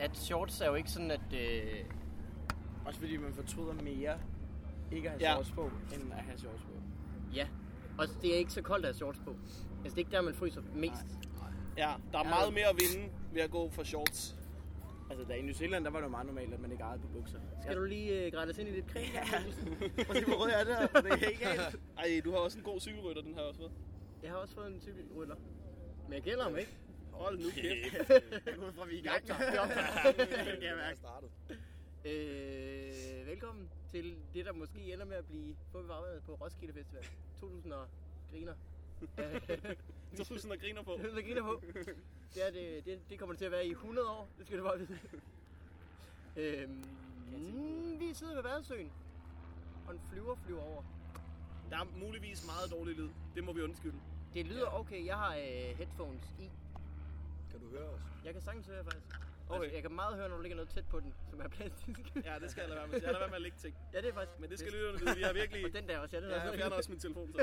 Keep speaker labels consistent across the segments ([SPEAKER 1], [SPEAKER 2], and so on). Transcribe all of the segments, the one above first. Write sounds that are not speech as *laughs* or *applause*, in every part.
[SPEAKER 1] at shorts er jo ikke sådan, at... Øh,
[SPEAKER 2] Også fordi man fortryder mere ikke at have
[SPEAKER 3] Ja.
[SPEAKER 2] ja. shorts på, end at have shorts på.
[SPEAKER 1] ja, og det er ikke så koldt at have shorts på. Altså, det er ikke der, man fryser mest.
[SPEAKER 3] Ja, der er
[SPEAKER 2] Ja.
[SPEAKER 3] meget mere at vinde ved at gå for *laughs* shorts.
[SPEAKER 2] Altså, der i New Zealand, der var det jo meget normalt, at man ikke ejede på bukser.
[SPEAKER 1] Skal du lige øh, gratis ind i lidt krig?
[SPEAKER 2] Prøv at se, hvor rød jeg er *laughs* der. Det er ikke galt.
[SPEAKER 3] Ej, du har også en god cykelrytter, den her også fået.
[SPEAKER 1] *laughs* Jeg har også fået en cykelrytter. Men jeg gælder ham ikke.
[SPEAKER 3] Hold nu kæft.
[SPEAKER 2] Jeg går *laughs* ud fra, at vi er i
[SPEAKER 1] *laughs*
[SPEAKER 2] gang.
[SPEAKER 1] Det er optaget.
[SPEAKER 2] Jeg mærker.
[SPEAKER 4] startet.
[SPEAKER 1] Øh, velkommen til det, der måske ender med at blive på bevarmet på Roskilde Festival. 2000 og griner.
[SPEAKER 2] *laughs*
[SPEAKER 3] Så du sådan og griner på.
[SPEAKER 1] Det griner på. Det, er, det, det, det kommer det til at være i 100 år, det skal du bare vide. Øhm, vi sidder ved Væresøen, og en flyver flyver over.
[SPEAKER 3] Der er muligvis meget dårlig lyd. Det må vi undskylde.
[SPEAKER 1] Det lyder okay, jeg har øh, headphones i.
[SPEAKER 4] Kan du høre os?
[SPEAKER 1] Jeg kan sagtens høre faktisk. Okay.
[SPEAKER 3] Okay.
[SPEAKER 1] Altså, jeg kan meget høre, når der ligger noget tæt på den, som er plastisk.
[SPEAKER 3] Ja, det skal jeg lade være med. Jeg lader være med at lægge ting.
[SPEAKER 1] *laughs* ja det er faktisk.
[SPEAKER 3] Men det skal lytterne vide. Vi har *laughs* virkelig...
[SPEAKER 1] Og den der også, ja, den
[SPEAKER 3] Ja, jeg fjerner også min telefon så.
[SPEAKER 1] *laughs*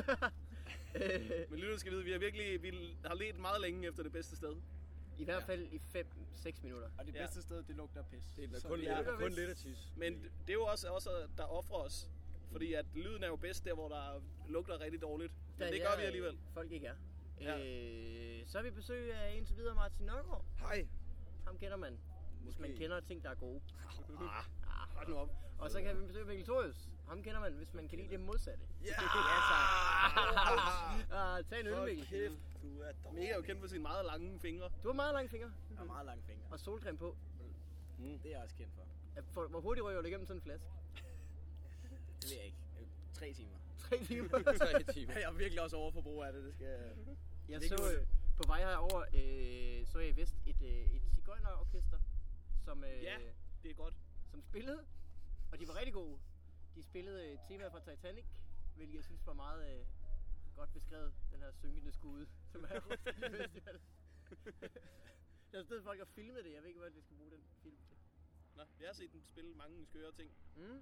[SPEAKER 1] Øh,
[SPEAKER 3] Men lytterne skal vide, vi har virkelig vi har let meget længe efter det bedste sted.
[SPEAKER 1] I hvert fald i 5-6 minutter.
[SPEAKER 2] Og det
[SPEAKER 3] Ja.
[SPEAKER 2] bedste sted, det lugter af pis.
[SPEAKER 4] Det er
[SPEAKER 2] Så
[SPEAKER 4] kun,
[SPEAKER 2] vi
[SPEAKER 4] ja,
[SPEAKER 2] er-
[SPEAKER 4] kun lidt at tisse.
[SPEAKER 3] Men det er jo også, også der offrer os. Fordi at lyden er jo bedst der, hvor der lugter rigtig dårligt.
[SPEAKER 1] Der
[SPEAKER 3] Men det
[SPEAKER 1] er,
[SPEAKER 3] gør vi
[SPEAKER 1] øh,
[SPEAKER 3] alligevel.
[SPEAKER 1] Folk ikke er.
[SPEAKER 3] Ja.
[SPEAKER 1] Øh, så har vi besøg af indtil videre Martin Nørgaard.
[SPEAKER 2] *laughs*
[SPEAKER 4] Hej.
[SPEAKER 1] Ham kender man, hvis man
[SPEAKER 4] Måske.
[SPEAKER 1] kender ting, der er gode.
[SPEAKER 4] Ah,
[SPEAKER 3] Hold nu op.
[SPEAKER 1] Og så kan vi besøge Mikkel Torius. Ham kender man, hvis man kan lide det modsatte.
[SPEAKER 4] Ja!
[SPEAKER 1] Ah, tag en øl,
[SPEAKER 4] Hold
[SPEAKER 1] Mikkel.
[SPEAKER 4] kæft, du er dårlig.
[SPEAKER 3] Mega er jo kendt for sine meget lange fingre.
[SPEAKER 1] Du har meget lange fingre
[SPEAKER 2] Jeg har meget lange fingre.
[SPEAKER 1] og solcreme på.
[SPEAKER 2] Det er jeg også kendt for.
[SPEAKER 1] Ja, For, hvor hurtigt ryger du igennem sådan en flaske?
[SPEAKER 2] Det ved jeg ikke. Øh, Tre *laughs* timer.
[SPEAKER 1] Tre timer.
[SPEAKER 4] Tre
[SPEAKER 2] *laughs*
[SPEAKER 4] timer.
[SPEAKER 2] Jeg er virkelig også overforbrug af det, det skal
[SPEAKER 1] Jeg
[SPEAKER 2] Det er
[SPEAKER 1] så
[SPEAKER 2] ikke
[SPEAKER 1] øh, på vej herover øh, så jeg i vest et, øh, et cigøjnerorkester, som, øh,
[SPEAKER 3] Ja. Det er godt.
[SPEAKER 1] som spillede, og de var rigtig gode. De spillede øh, temaet fra Titanic, hvilket jeg synes var meget øh, godt beskrevet, den her synkende skude, *laughs* som er Roskilde
[SPEAKER 4] *laughs*
[SPEAKER 1] Festival. Der stod folk og filmede det, jeg ved ikke, hvad vi skal bruge den film til.
[SPEAKER 3] Nå, jeg har set dem spille mange skøre ting.
[SPEAKER 1] Mm.
[SPEAKER 4] Hvor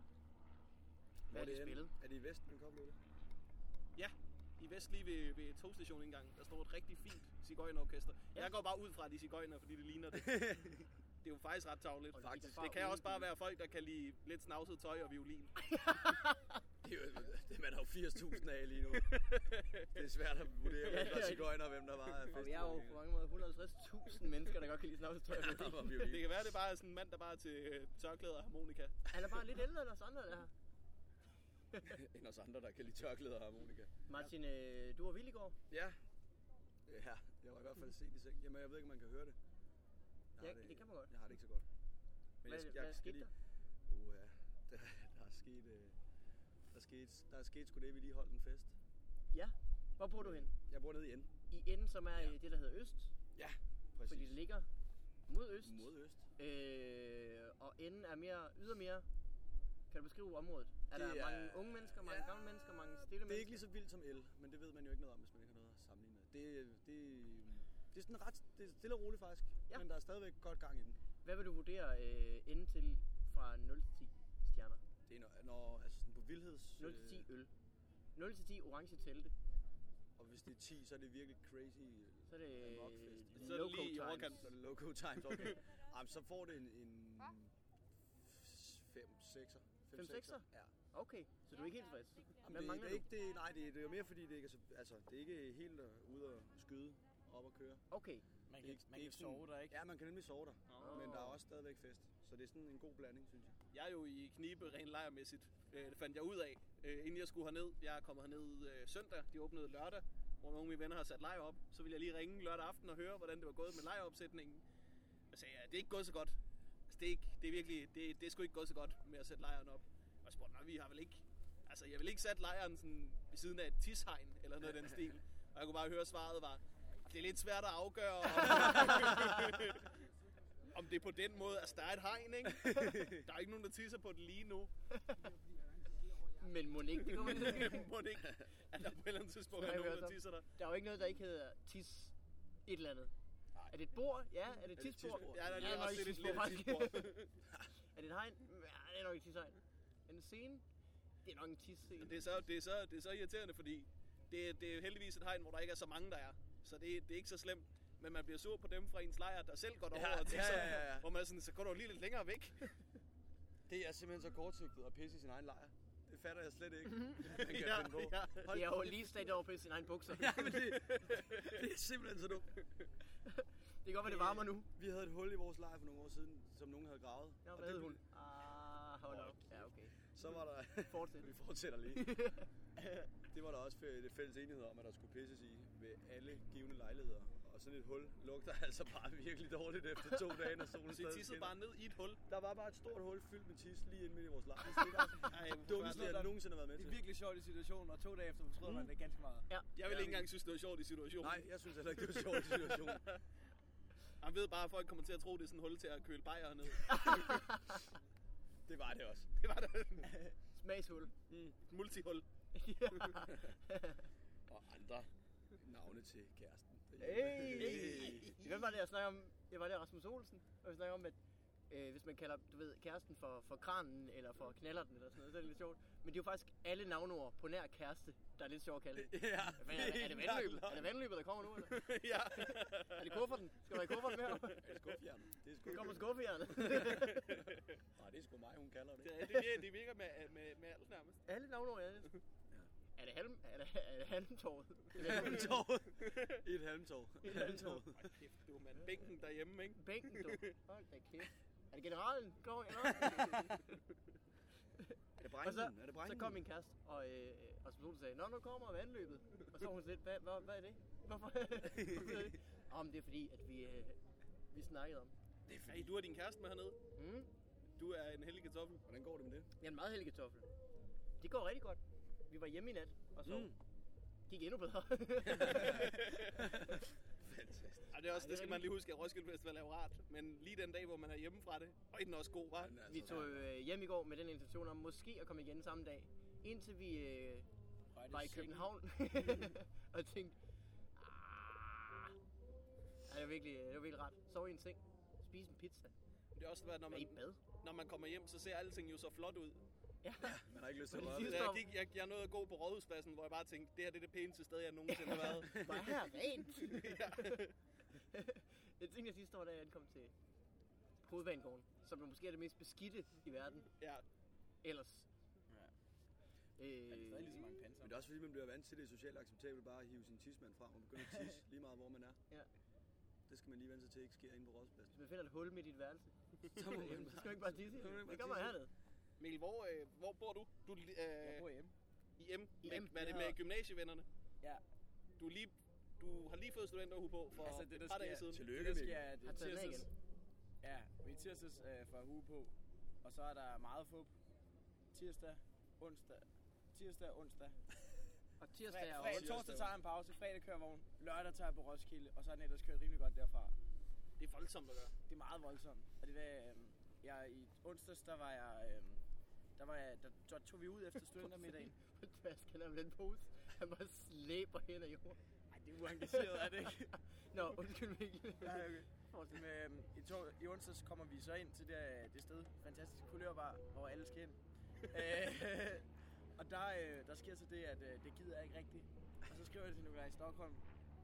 [SPEAKER 1] Hvad er
[SPEAKER 4] det
[SPEAKER 1] det
[SPEAKER 4] henne?
[SPEAKER 1] spillet?
[SPEAKER 4] Er det i Vesten, den kom med det?
[SPEAKER 3] Ja, i vest lige ved, ved togstationen engang, der står et rigtig fint cigøjnerorkester.
[SPEAKER 1] Ja.
[SPEAKER 3] Ja. Jeg går bare ud fra, at de er cigøjner, fordi det ligner
[SPEAKER 1] *laughs*
[SPEAKER 3] det. det er jo faktisk ret tavligt.
[SPEAKER 1] Og de gik fra
[SPEAKER 3] Det kan også
[SPEAKER 1] uden
[SPEAKER 3] bare
[SPEAKER 1] bil.
[SPEAKER 3] være folk, der kan lide lidt snavset tøj og violin.
[SPEAKER 4] Det er jo, det, man har jo 80.000 af lige nu.
[SPEAKER 1] *laughs*
[SPEAKER 4] Det er svært at vurdere, hvem der er cigøjner, og hvem der var af
[SPEAKER 1] Og vi er jo
[SPEAKER 4] *laughs*
[SPEAKER 1] på mange måder 150.000 mennesker, der godt kan lide snavsetøj.
[SPEAKER 3] Det kan være, det bare er sådan en mand, der bare er til øh, tørklæder og harmonika.
[SPEAKER 1] Han er bare lidt ældre end os andre, der her.
[SPEAKER 4] End os andre, der kan lide tørklæder og harmonika.
[SPEAKER 1] Martin, øh, du var vild i går.
[SPEAKER 4] Ja. Ja, jeg var i hvert fald sent i seng. Jamen, jeg ved ikke, om man kan høre det. Jeg
[SPEAKER 1] Ja,
[SPEAKER 4] har
[SPEAKER 1] det kan man godt.
[SPEAKER 4] Jeg har det ikke så godt.
[SPEAKER 1] Hvad- hvad skete der?
[SPEAKER 4] Oh, ja. Der, der er sket... Øh, der er sket, der er sket sgu det, vi lige holdt en fest.
[SPEAKER 1] Ja. Hvor bor du hen?
[SPEAKER 4] Jeg bor nede i N.
[SPEAKER 1] I enden, som er ja. det, der hedder Øst.
[SPEAKER 4] Ja,
[SPEAKER 1] Fordi
[SPEAKER 4] præcis.
[SPEAKER 1] det ligger mod øst.
[SPEAKER 4] Mod øst.
[SPEAKER 1] Øh, og enden er mere ydermere. Kan du beskrive området? Er
[SPEAKER 4] Det
[SPEAKER 1] der
[SPEAKER 4] er-
[SPEAKER 1] mange unge mennesker, mange
[SPEAKER 4] Ja.
[SPEAKER 1] gamle mennesker, mange stille
[SPEAKER 4] Det er
[SPEAKER 1] mennesker?
[SPEAKER 4] ikke lige så vildt som el, men det ved man jo ikke noget om, hvis man ikke har noget at sammenligne med. Det, det, det er sådan ret det er stille og roligt faktisk,
[SPEAKER 1] Ja.
[SPEAKER 4] ja. men der er stadigvæk godt gang i den.
[SPEAKER 1] Hvad vil du vurdere øh, enden til fra 0 til 10 stjerner?
[SPEAKER 4] Det er når, når altså sådan på vildheds...
[SPEAKER 1] 0 til 10 øl. 0 til 10 orange telte.
[SPEAKER 4] og hvis det er 10, så er det virkelig crazy. øh,
[SPEAKER 1] Så er det øh,
[SPEAKER 4] Rockfest.
[SPEAKER 3] Så er det
[SPEAKER 1] loco
[SPEAKER 3] lige i
[SPEAKER 1] times.
[SPEAKER 3] overkanten.
[SPEAKER 4] Så er det loco
[SPEAKER 1] *laughs*
[SPEAKER 4] times, okay. Jamen, så får det en... en 5 6'er.
[SPEAKER 1] Fem sekser?
[SPEAKER 4] Ja.
[SPEAKER 1] Okay, så du er ikke helt tilfreds.
[SPEAKER 4] Jamen,
[SPEAKER 1] Hvad
[SPEAKER 4] det,
[SPEAKER 1] mangler
[SPEAKER 4] det, er
[SPEAKER 1] du?
[SPEAKER 4] ikke, det, nej, det, det er jo mere fordi, det ikke er, så, altså, det er ikke helt øh, ude at skyde op og køre.
[SPEAKER 1] Okay,
[SPEAKER 2] Man
[SPEAKER 4] Det er
[SPEAKER 2] kan,
[SPEAKER 4] ikke- det
[SPEAKER 2] man
[SPEAKER 4] er
[SPEAKER 2] kan
[SPEAKER 4] ikke sådan-
[SPEAKER 2] sove der, ikke?
[SPEAKER 4] Ja, man kan nemlig sove der,
[SPEAKER 3] Nå.
[SPEAKER 4] men der er også stadigvæk fest. Så det er sådan en god blanding, synes jeg.
[SPEAKER 3] Jeg er jo i knibe rent lejermæssigt. Øh, det fandt jeg ud af, øh, inden jeg skulle herned. Jeg er kommet herned øh, søndag. De åbnede lørdag, hvor nogle af mine venner har sat lejer op. Så ville jeg lige ringe lørdag aften og høre, hvordan det var gået med lejeopsætningen. Jeg sagde, ja, det er ikke gået så godt. Altså, det, er ikke, det er virkelig, det, det er sgu ikke gået så godt med at sætte lejren op. Og jeg spurgte, nej, vi har vel ikke... Altså, jeg vil ikke sætte lejren sådan ved siden af et tishegn eller noget af den stil. Og jeg kunne bare høre, svaret var, det er lidt svært at afgøre, om, *laughs* om det er på den måde. Altså, der er et hegn, ikke? Der er ikke nogen, der tisser på det lige nu.
[SPEAKER 1] men må ikke, det kommer
[SPEAKER 4] *laughs*
[SPEAKER 3] *laughs* Må det ikke? At der på et eller andet tidspunkt
[SPEAKER 1] Nej,
[SPEAKER 3] er
[SPEAKER 1] vi
[SPEAKER 3] nogen,
[SPEAKER 1] er
[SPEAKER 3] der
[SPEAKER 1] så-
[SPEAKER 3] tisser der.
[SPEAKER 1] Der er jo ikke noget, der ikke hedder tis et eller andet.
[SPEAKER 4] Nej.
[SPEAKER 1] Er det et bord? Ja, er det et
[SPEAKER 4] det et
[SPEAKER 1] tisbord?
[SPEAKER 4] tisbord?
[SPEAKER 3] Ja, der
[SPEAKER 1] *laughs*
[SPEAKER 3] er
[SPEAKER 1] Ja,
[SPEAKER 3] lige også
[SPEAKER 1] det
[SPEAKER 3] lidt
[SPEAKER 1] er
[SPEAKER 3] et lille
[SPEAKER 1] faktisk-
[SPEAKER 3] tisbord.
[SPEAKER 1] Er det et hegn? Ja, det er nok et tishegn. Er det en scene? Det er nok en tisscene.
[SPEAKER 3] Det er, så, det, er så, det er så irriterende, fordi det, er- det er heldigvis et hegn, hvor der ikke er så mange, der er. Så det, er- det er ikke så slemt. men man bliver sur på dem fra ens lejr, der selv går derover
[SPEAKER 4] Ja,
[SPEAKER 3] og
[SPEAKER 4] ja,
[SPEAKER 3] tisser,
[SPEAKER 4] ja, ja, ja.
[SPEAKER 3] hvor man er sådan, så går du lige lidt længere væk.
[SPEAKER 4] Det er simpelthen så kortsigtet at pisse i sin egen lejr. Det fatter jeg slet ikke.
[SPEAKER 3] Mhm.
[SPEAKER 4] *laughs* Man kan
[SPEAKER 3] Ja,
[SPEAKER 4] finde på.
[SPEAKER 3] ja.
[SPEAKER 1] Hold jeg er jo lige slet over på sin egen bukser.
[SPEAKER 4] *laughs* Ja, men det, det er simpelthen så dumt.
[SPEAKER 1] Det kan godt være, det varmer nu.
[SPEAKER 4] Vi havde et hul i vores lejr for nogle år siden, som nogen havde gravet.
[SPEAKER 1] Jeg
[SPEAKER 4] Og
[SPEAKER 1] har
[SPEAKER 4] det-
[SPEAKER 1] hun. Ah, hold op. Ja, okay.
[SPEAKER 4] Så var
[SPEAKER 3] *laughs*
[SPEAKER 4] der... *laughs*
[SPEAKER 1] Fortsæt.
[SPEAKER 4] Vi fortsætter lige. det var der også fæ- det fælles enighed om, at der skulle pisses i ved alle givende lejligheder. Og sådan et hul lugter *laughs* altså bare virkelig dårligt efter to dage, når solen
[SPEAKER 3] *laughs* Så I
[SPEAKER 4] stadig
[SPEAKER 3] tissede
[SPEAKER 4] skinner.
[SPEAKER 3] bare ned i et hul.
[SPEAKER 4] Der var bare et stort hul fyldt med tis lige ind midt i vores
[SPEAKER 3] *laughs*
[SPEAKER 4] lejr. Det var
[SPEAKER 3] Ej,
[SPEAKER 4] det dummeste, jeg nogensinde har været
[SPEAKER 2] Det
[SPEAKER 4] med
[SPEAKER 2] er
[SPEAKER 4] til.
[SPEAKER 2] virkelig sjovt i situationen, og to dage efter fortryder man det ganske meget.
[SPEAKER 3] Jeg vil ikke engang synes, det var sjovt i situationen.
[SPEAKER 4] Nej, jeg synes heller ikke, det var en sjov situation.
[SPEAKER 3] Jeg ved bare, at folk kommer til at tro, det er sådan et hul til at køle bajer
[SPEAKER 4] *laughs*
[SPEAKER 3] ned.
[SPEAKER 4] Det var det også.
[SPEAKER 3] Det var da
[SPEAKER 1] Smagshul. *laughs*
[SPEAKER 3] mm, et multihul. *laughs*
[SPEAKER 1] ja.
[SPEAKER 4] Og andre *laughs* navne til kæresten.
[SPEAKER 1] Hey. Hvem var det, jeg snakkede om? Jeg var der Rasmus Olsen, og vi snakkede om, at øh, hvis man kalder du ved, kæresten for, for kranen eller for knallerten eller sådan noget, så er det lidt sjovt. Men det er jo faktisk alle navnord på nær kæreste, der er lidt sjovt at
[SPEAKER 4] *laughs*
[SPEAKER 1] kalde.
[SPEAKER 4] Ja,
[SPEAKER 1] Hvad er, det- er det vandløbet? Er det vandløbet, der kommer nu? Eller?
[SPEAKER 3] ja.
[SPEAKER 1] Er det kufferten? Skal der i kufferten med?
[SPEAKER 4] *laughs* Er det skufjernet? Det er sgu
[SPEAKER 1] Det kommer skuffjernet.
[SPEAKER 4] Nej, det er sgu mig, hun kalder det.
[SPEAKER 3] Det, er- det, virker, det virker med, med, med alt nærmest.
[SPEAKER 1] alle navnord er det. Er det halm? Er det, er det halmtåret?
[SPEAKER 4] Halmtov. *laughs* Et halmtov. Et halmtov.
[SPEAKER 3] Hold kæft, du mand. Bænken derhjemme, ikke?
[SPEAKER 1] Bænken, du. Hold da kæft. Er det generalen? Går jeg
[SPEAKER 4] Er det
[SPEAKER 1] Og så,
[SPEAKER 4] Er det
[SPEAKER 1] så kom min kæreste, og, øh, og Rasmus Olsen sagde, Nå, nu kommer vandløbet. Og så var hun sådan lidt, hvad, hvad, hvad er det? Hvorfor? *laughs* Hvorfor er det? Om det er fordi, at vi, øh, vi snakkede om.
[SPEAKER 3] Hey, du har din kæreste med hernede.
[SPEAKER 1] Mm,
[SPEAKER 3] Du er en heldig kartoffel.
[SPEAKER 4] Hvordan går det med det?
[SPEAKER 1] jeg er en meget heldig kartoffel. Det går rigtig godt. Vi var hjemme i nat og så
[SPEAKER 4] Mm.
[SPEAKER 1] mm. gik endnu bedre. *laughs*
[SPEAKER 4] Fantastisk.
[SPEAKER 3] Ej, det, er også,
[SPEAKER 1] Ej,
[SPEAKER 3] det
[SPEAKER 1] det er
[SPEAKER 3] skal man lige huske, at Roskilde Festival er jo rart. Men lige den dag, hvor man er hjemme fra det, og den er også god, var.
[SPEAKER 4] Men altså,
[SPEAKER 1] vi tog øh, hjem i går med den intention om måske at komme igen samme dag. Indtil vi øh, var i København *laughs* og tænkte, "Ah." Ej, det var virkelig, øh, det var virkelig rart. Sov i en seng, spise en pizza,
[SPEAKER 3] Det er også været, når
[SPEAKER 1] være
[SPEAKER 3] man,
[SPEAKER 1] i bad.
[SPEAKER 3] når man kommer hjem, så ser alting jo så flot ud.
[SPEAKER 1] Ja.
[SPEAKER 4] Man har ikke lyst til at
[SPEAKER 1] Men
[SPEAKER 4] røre
[SPEAKER 1] det
[SPEAKER 4] ved
[SPEAKER 3] Så
[SPEAKER 4] det.
[SPEAKER 1] sidste-
[SPEAKER 3] jeg, gik, jeg, jeg nåede at gå på Rådhuspladsen, hvor jeg bare tænkte, det her det er det pæneste sted, jeg nogensinde har *laughs* været.
[SPEAKER 1] Hvor er her rent?
[SPEAKER 3] ja.
[SPEAKER 1] Jeg tænkte jeg sidste år, da jeg ankom til hovedbanegården, som jo måske er det mest beskidte i verden
[SPEAKER 3] ja.
[SPEAKER 1] ellers. Ja.
[SPEAKER 2] Er det
[SPEAKER 1] Øh,
[SPEAKER 2] stadig lige så mange panser?
[SPEAKER 4] Men det er også fordi, man bliver vant til det socialt acceptabelt bare at hive sin tidsmand frem og begynde at tisse lige meget, hvor man er.
[SPEAKER 1] Ja.
[SPEAKER 4] Det skal man lige vente sig til, ikke sker inde på Rådspladsen.
[SPEAKER 1] hvis man finder et hul midt i dit værelse,
[SPEAKER 4] Så må man
[SPEAKER 1] så skal man ikke bare tisse. i
[SPEAKER 4] Så må man ikke
[SPEAKER 1] Det
[SPEAKER 4] bare
[SPEAKER 1] Det gør man
[SPEAKER 4] tisse.
[SPEAKER 1] hernede.
[SPEAKER 3] Mikkel, hvor, øh, hvor bor du? Du er li-
[SPEAKER 2] Jeg
[SPEAKER 3] øh,
[SPEAKER 2] bor hjemme.
[SPEAKER 3] i M.
[SPEAKER 1] I
[SPEAKER 3] Med,
[SPEAKER 1] M.
[SPEAKER 3] hvad er det
[SPEAKER 2] Jeg
[SPEAKER 3] med
[SPEAKER 2] har-
[SPEAKER 3] gymnasievennerne?
[SPEAKER 2] Ja.
[SPEAKER 3] Du, er lige, du har lige fået studenterhue på for
[SPEAKER 2] Altså, det, der
[SPEAKER 3] et par dage
[SPEAKER 2] sker-
[SPEAKER 3] siden.
[SPEAKER 4] Tillykke,
[SPEAKER 2] det, der sker,
[SPEAKER 4] Mikkel.
[SPEAKER 2] er, at
[SPEAKER 1] Har
[SPEAKER 2] i
[SPEAKER 1] taget den af
[SPEAKER 2] tirsdags, ja, i tirsdags øh, får jeg hue på, og så er der meget fup. Tirsdag, onsdag, tirsdag, onsdag.
[SPEAKER 1] Og
[SPEAKER 2] Fre-
[SPEAKER 1] tirsdag er
[SPEAKER 2] fredag,
[SPEAKER 1] også.
[SPEAKER 4] tirsdag.
[SPEAKER 2] torsdag tager jeg en pause, fredag kører vogn, lørdag tager jeg på Roskilde, og så er den ellers kørt rimelig godt derfra.
[SPEAKER 3] Det er voldsomt at gøre.
[SPEAKER 2] Det er meget voldsomt. Og det var, øh, jeg, i onsdags, der var jeg, øh, der, var jeg, der, der tog vi ud efter studentermiddagen.
[SPEAKER 1] På tasken af den pose, han bare slæber hen ad jorden.
[SPEAKER 2] Nej, det er uengageret, er det *laughs* ikke?
[SPEAKER 1] Nå, undskyld Mikkel.
[SPEAKER 2] Nej, okay. Men, øhm, i, to, I onsdags kommer vi så ind til det, øh, det sted, fantastisk kulørbar, hvor alle skal *laughs* ind. øh, og der, øh, der sker så det, at øh, det gider jeg ikke rigtigt. Og så skriver jeg til Nikolaj i Stockholm,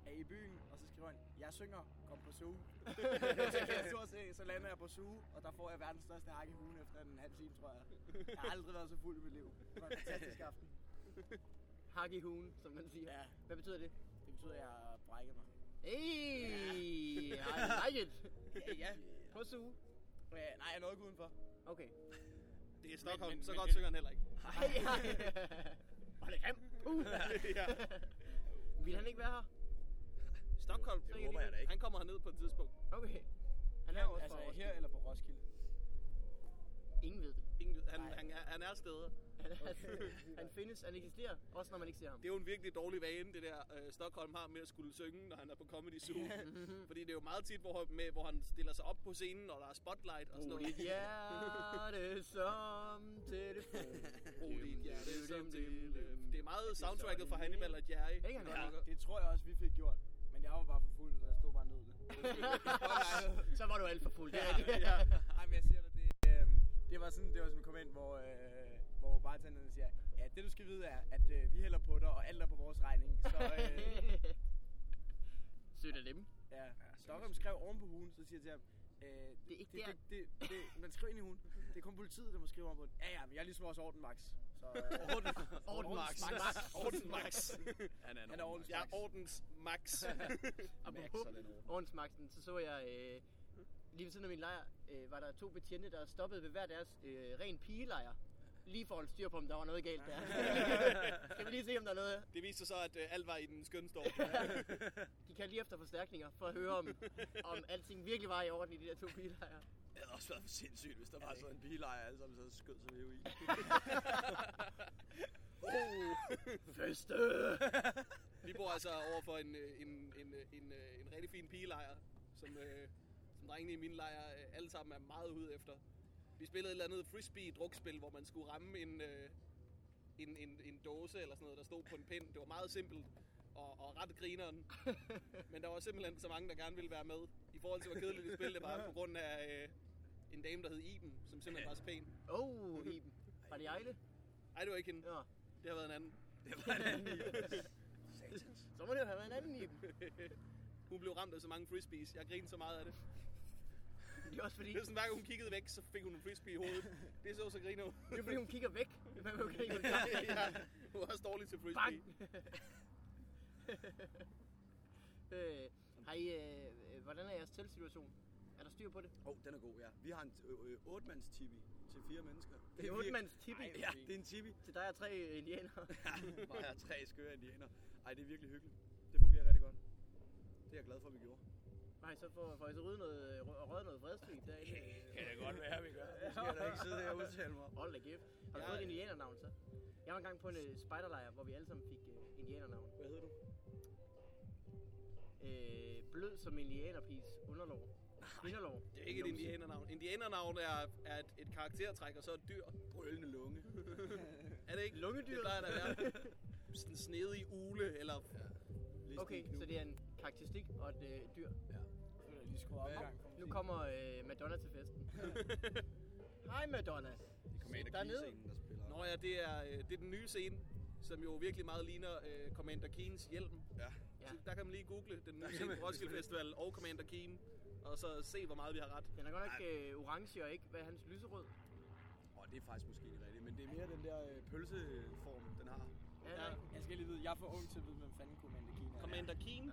[SPEAKER 2] er I i byen? Og så skriver han, jeg synger, kom på *laughs* suge. så, kan jeg stort set, så lander jeg på suge, og der får jeg verdens største hak i hugen efter en halv time, tror jeg. Jeg har aldrig været så fuld i mit liv. Det var en *laughs* fantastisk aften.
[SPEAKER 1] Hak i hugen, som man siger.
[SPEAKER 2] Ja,
[SPEAKER 1] Hvad betyder det?
[SPEAKER 2] det betyder, at jeg har brækket mig.
[SPEAKER 1] Hey, I like it.
[SPEAKER 2] Ja, ja.
[SPEAKER 1] På suge.
[SPEAKER 2] Øh, nej, jeg nåede ikke udenfor.
[SPEAKER 1] Okay.
[SPEAKER 3] Det er Stockholm,
[SPEAKER 2] men-
[SPEAKER 3] så
[SPEAKER 2] men
[SPEAKER 3] godt
[SPEAKER 2] det-
[SPEAKER 3] synger han heller ikke.
[SPEAKER 1] Ej, ej. Var det grimt? Uh.
[SPEAKER 3] ja.
[SPEAKER 1] Vil han ikke være her?
[SPEAKER 3] Stockholm,
[SPEAKER 4] Det håber jeg da ikke.
[SPEAKER 3] han kommer herned på et tidspunkt.
[SPEAKER 1] Okay. Han er jo også
[SPEAKER 2] altså,
[SPEAKER 1] fra Roskilde.
[SPEAKER 2] her eller på Roskilde.
[SPEAKER 1] Ingen ved det.
[SPEAKER 3] Ingen, han,
[SPEAKER 2] Nej.
[SPEAKER 3] han, er, han er steder.
[SPEAKER 1] Han, er, *laughs* han findes, han eksisterer, også når man ikke ser ham.
[SPEAKER 3] Det er jo en virkelig dårlig vane, det der øh, Stockholm har med at skulle synge, når han er på Comedy Zoo. *laughs*
[SPEAKER 1] *laughs*
[SPEAKER 3] Fordi det er jo meget tit, hvor, med, hvor han stiller sig op på scenen, og der er spotlight og sådan
[SPEAKER 1] Brug dit
[SPEAKER 3] noget. *laughs*
[SPEAKER 1] hjerte som telefon.
[SPEAKER 3] Roligt,
[SPEAKER 1] Dem,
[SPEAKER 3] ja, det,
[SPEAKER 1] dem,
[SPEAKER 3] er som
[SPEAKER 1] dem,
[SPEAKER 3] det, øh,
[SPEAKER 1] dem. *laughs*
[SPEAKER 3] det er meget soundtracket
[SPEAKER 1] sådan,
[SPEAKER 3] fra Hannibal og Jerry.
[SPEAKER 1] Det kan han
[SPEAKER 3] Ja.
[SPEAKER 2] Det tror jeg også, vi fik gjort. Men jeg var bare for fuld, så jeg stod bare ned det.
[SPEAKER 1] Så var du alt for fuld. Det er rigtigt.
[SPEAKER 2] ja. *laughs* Ej, men jeg siger dig, det, øh, det var sådan, det var som at komme ind, hvor, øh, hvor bartenderen siger, ja, det du skal vide er, at
[SPEAKER 1] *laughs*
[SPEAKER 2] øh, vi hælder på dig, og alt er på vores regning. Så øh,
[SPEAKER 1] Sødt af dem.
[SPEAKER 2] Ja. Stockholm skrev oven på hugen, så siger jeg til ham, øh, det,
[SPEAKER 1] er ikke
[SPEAKER 2] det,
[SPEAKER 1] der."
[SPEAKER 2] det, det, det, man skriver ind i hugen. Det er kun politiet, der må skrive oven på den. Ja, ja, men jeg er ligesom også orden, Max. Så, øh,
[SPEAKER 3] Orden,
[SPEAKER 1] Orden Max.
[SPEAKER 3] Orden Max.
[SPEAKER 5] Han er en
[SPEAKER 2] *laughs* Han er
[SPEAKER 5] ordentlig
[SPEAKER 2] ordens
[SPEAKER 3] *laughs* Ja,
[SPEAKER 2] Max.
[SPEAKER 3] ordens Max.
[SPEAKER 1] Apropos
[SPEAKER 5] Max, sådan noget.
[SPEAKER 1] ordensmagten, så så jeg øh, lige ved siden af min lejr, øh, var der to betjente, der stoppede ved hver deres øh, ren pigelejr. Lige for at holde styr på, om der var noget galt der. Skal vi lige se, om der er noget
[SPEAKER 3] Det viste sig så, at øh, alt var i den skønste *laughs* orden.
[SPEAKER 1] De kan lige efter forstærkninger for at høre, om, om alting virkelig var i orden i de der to biler.
[SPEAKER 5] Det havde også været for sindssygt, hvis der var sådan en bilejer, alle sammen så skød som *laughs* heroin.
[SPEAKER 3] Vi bor altså overfor en, øh, en, en, øh, en, øh, en rigtig fin pigelejr, som, øh, som drengene i min lejr øh, alle sammen er meget ude efter. Vi spillede et eller andet frisbee-drukspil, hvor man skulle ramme en, øh, en, en, en dåse eller sådan noget, der stod på en pind. Det var meget simpelt og, og ret *laughs* grineren. Men der var simpelthen så mange, der gerne ville være med. I forhold til, hvor kedeligt det spil det var, på grund af øh, en dame, der hed Iben, som *laughs* simpelthen var så pæn.
[SPEAKER 1] Oh, Iben. Var det Ejle?
[SPEAKER 3] Ej, det var ikke hende.
[SPEAKER 1] Ja.
[SPEAKER 3] Det har været en anden. *laughs*
[SPEAKER 1] Så må det jo have været en anden Iben.
[SPEAKER 3] *laughs* Hun blev ramt af så mange frisbees. Jeg grinede så meget
[SPEAKER 1] *laughs*
[SPEAKER 3] af det.
[SPEAKER 1] Det er også fordi,
[SPEAKER 3] Det var sådan, hver gang hun kiggede væk, så fik hun en frisbee i hovedet. Det så så griner ud.
[SPEAKER 1] det er
[SPEAKER 3] *laughs*
[SPEAKER 1] fordi, hun kigger væk. Man kan jo ikke rigtig
[SPEAKER 3] ja,
[SPEAKER 1] gøre det.
[SPEAKER 3] hun var også dårlig til frisbee.
[SPEAKER 1] Bang! *laughs* øh, har I, øh, hvordan er jeres teltsituation? Er der styr på det?
[SPEAKER 5] Åh, oh, den er god, ja. Vi har en øh, øh, 8-mands tibi til fire mennesker.
[SPEAKER 1] Det er
[SPEAKER 5] virkelig-
[SPEAKER 1] Otmans tipi
[SPEAKER 5] Ja, det er en tibi.
[SPEAKER 1] til dig og tre indianere.
[SPEAKER 5] Ja, *laughs* bare jeg er tre skøre indianer. Ej, det er virkelig hyggeligt. Det fungerer rigtig godt. Det er jeg glad for, at vi gjorde.
[SPEAKER 1] Nej, så får, får I så ryddet noget, øh, rø- røget noget fredsligt derinde.
[SPEAKER 5] kan det godt være, vi gør. Nu skal jeg da ikke sidde her og udtale mig.
[SPEAKER 1] Hold da kæft. Har du
[SPEAKER 3] Jeg-
[SPEAKER 1] fået et indianernavn så? Jeg var engang på en øh, spejderlejr, hvor vi alle sammen fik øh, indianernavn.
[SPEAKER 5] Hvad hedder du?
[SPEAKER 1] øh, blød som en indianerpis underlov. Inderlov.
[SPEAKER 3] Det er ikke et indianernavn. Indianernavn er, er et, et karaktertræk, og så et dyr.
[SPEAKER 5] Brølende *laughs* lunge.
[SPEAKER 3] Er det ikke?
[SPEAKER 1] Lungedyr?
[SPEAKER 3] Det plejer der
[SPEAKER 1] *laughs*
[SPEAKER 3] at være. Sådan en snedig ule, eller...
[SPEAKER 5] Listen
[SPEAKER 1] Okay, så det er en karakteristik og et øh, dyr.
[SPEAKER 2] så vil jeg lige skrue op
[SPEAKER 5] Hvad?
[SPEAKER 2] en gang. for
[SPEAKER 1] Nu
[SPEAKER 2] musik.
[SPEAKER 1] kommer øh, Madonna til festen. Hej Madonna. Dernede.
[SPEAKER 5] der spiller.
[SPEAKER 3] *laughs* Nå ja, det er, øh, det er den nye scene, som jo virkelig meget ligner øh, Commander Keens hjelm.
[SPEAKER 5] Ja.
[SPEAKER 1] Ja.
[SPEAKER 3] Så der kan man lige google den nye scene på Roskilde Festival og Commander Keen, og så se, hvor meget vi har ret.
[SPEAKER 1] Den er godt nok øh, orange og ikke, hvad er hans lyserød?
[SPEAKER 5] Åh, det er faktisk måske ikke rigtigt, men det er mere den der øh, pølseform, den har.
[SPEAKER 1] Ja,
[SPEAKER 3] Ja.
[SPEAKER 1] ja.
[SPEAKER 2] Jeg skal lige vide, jeg er for ung til at vide, hvem fanden Commander Keen er.
[SPEAKER 3] Commander Keen,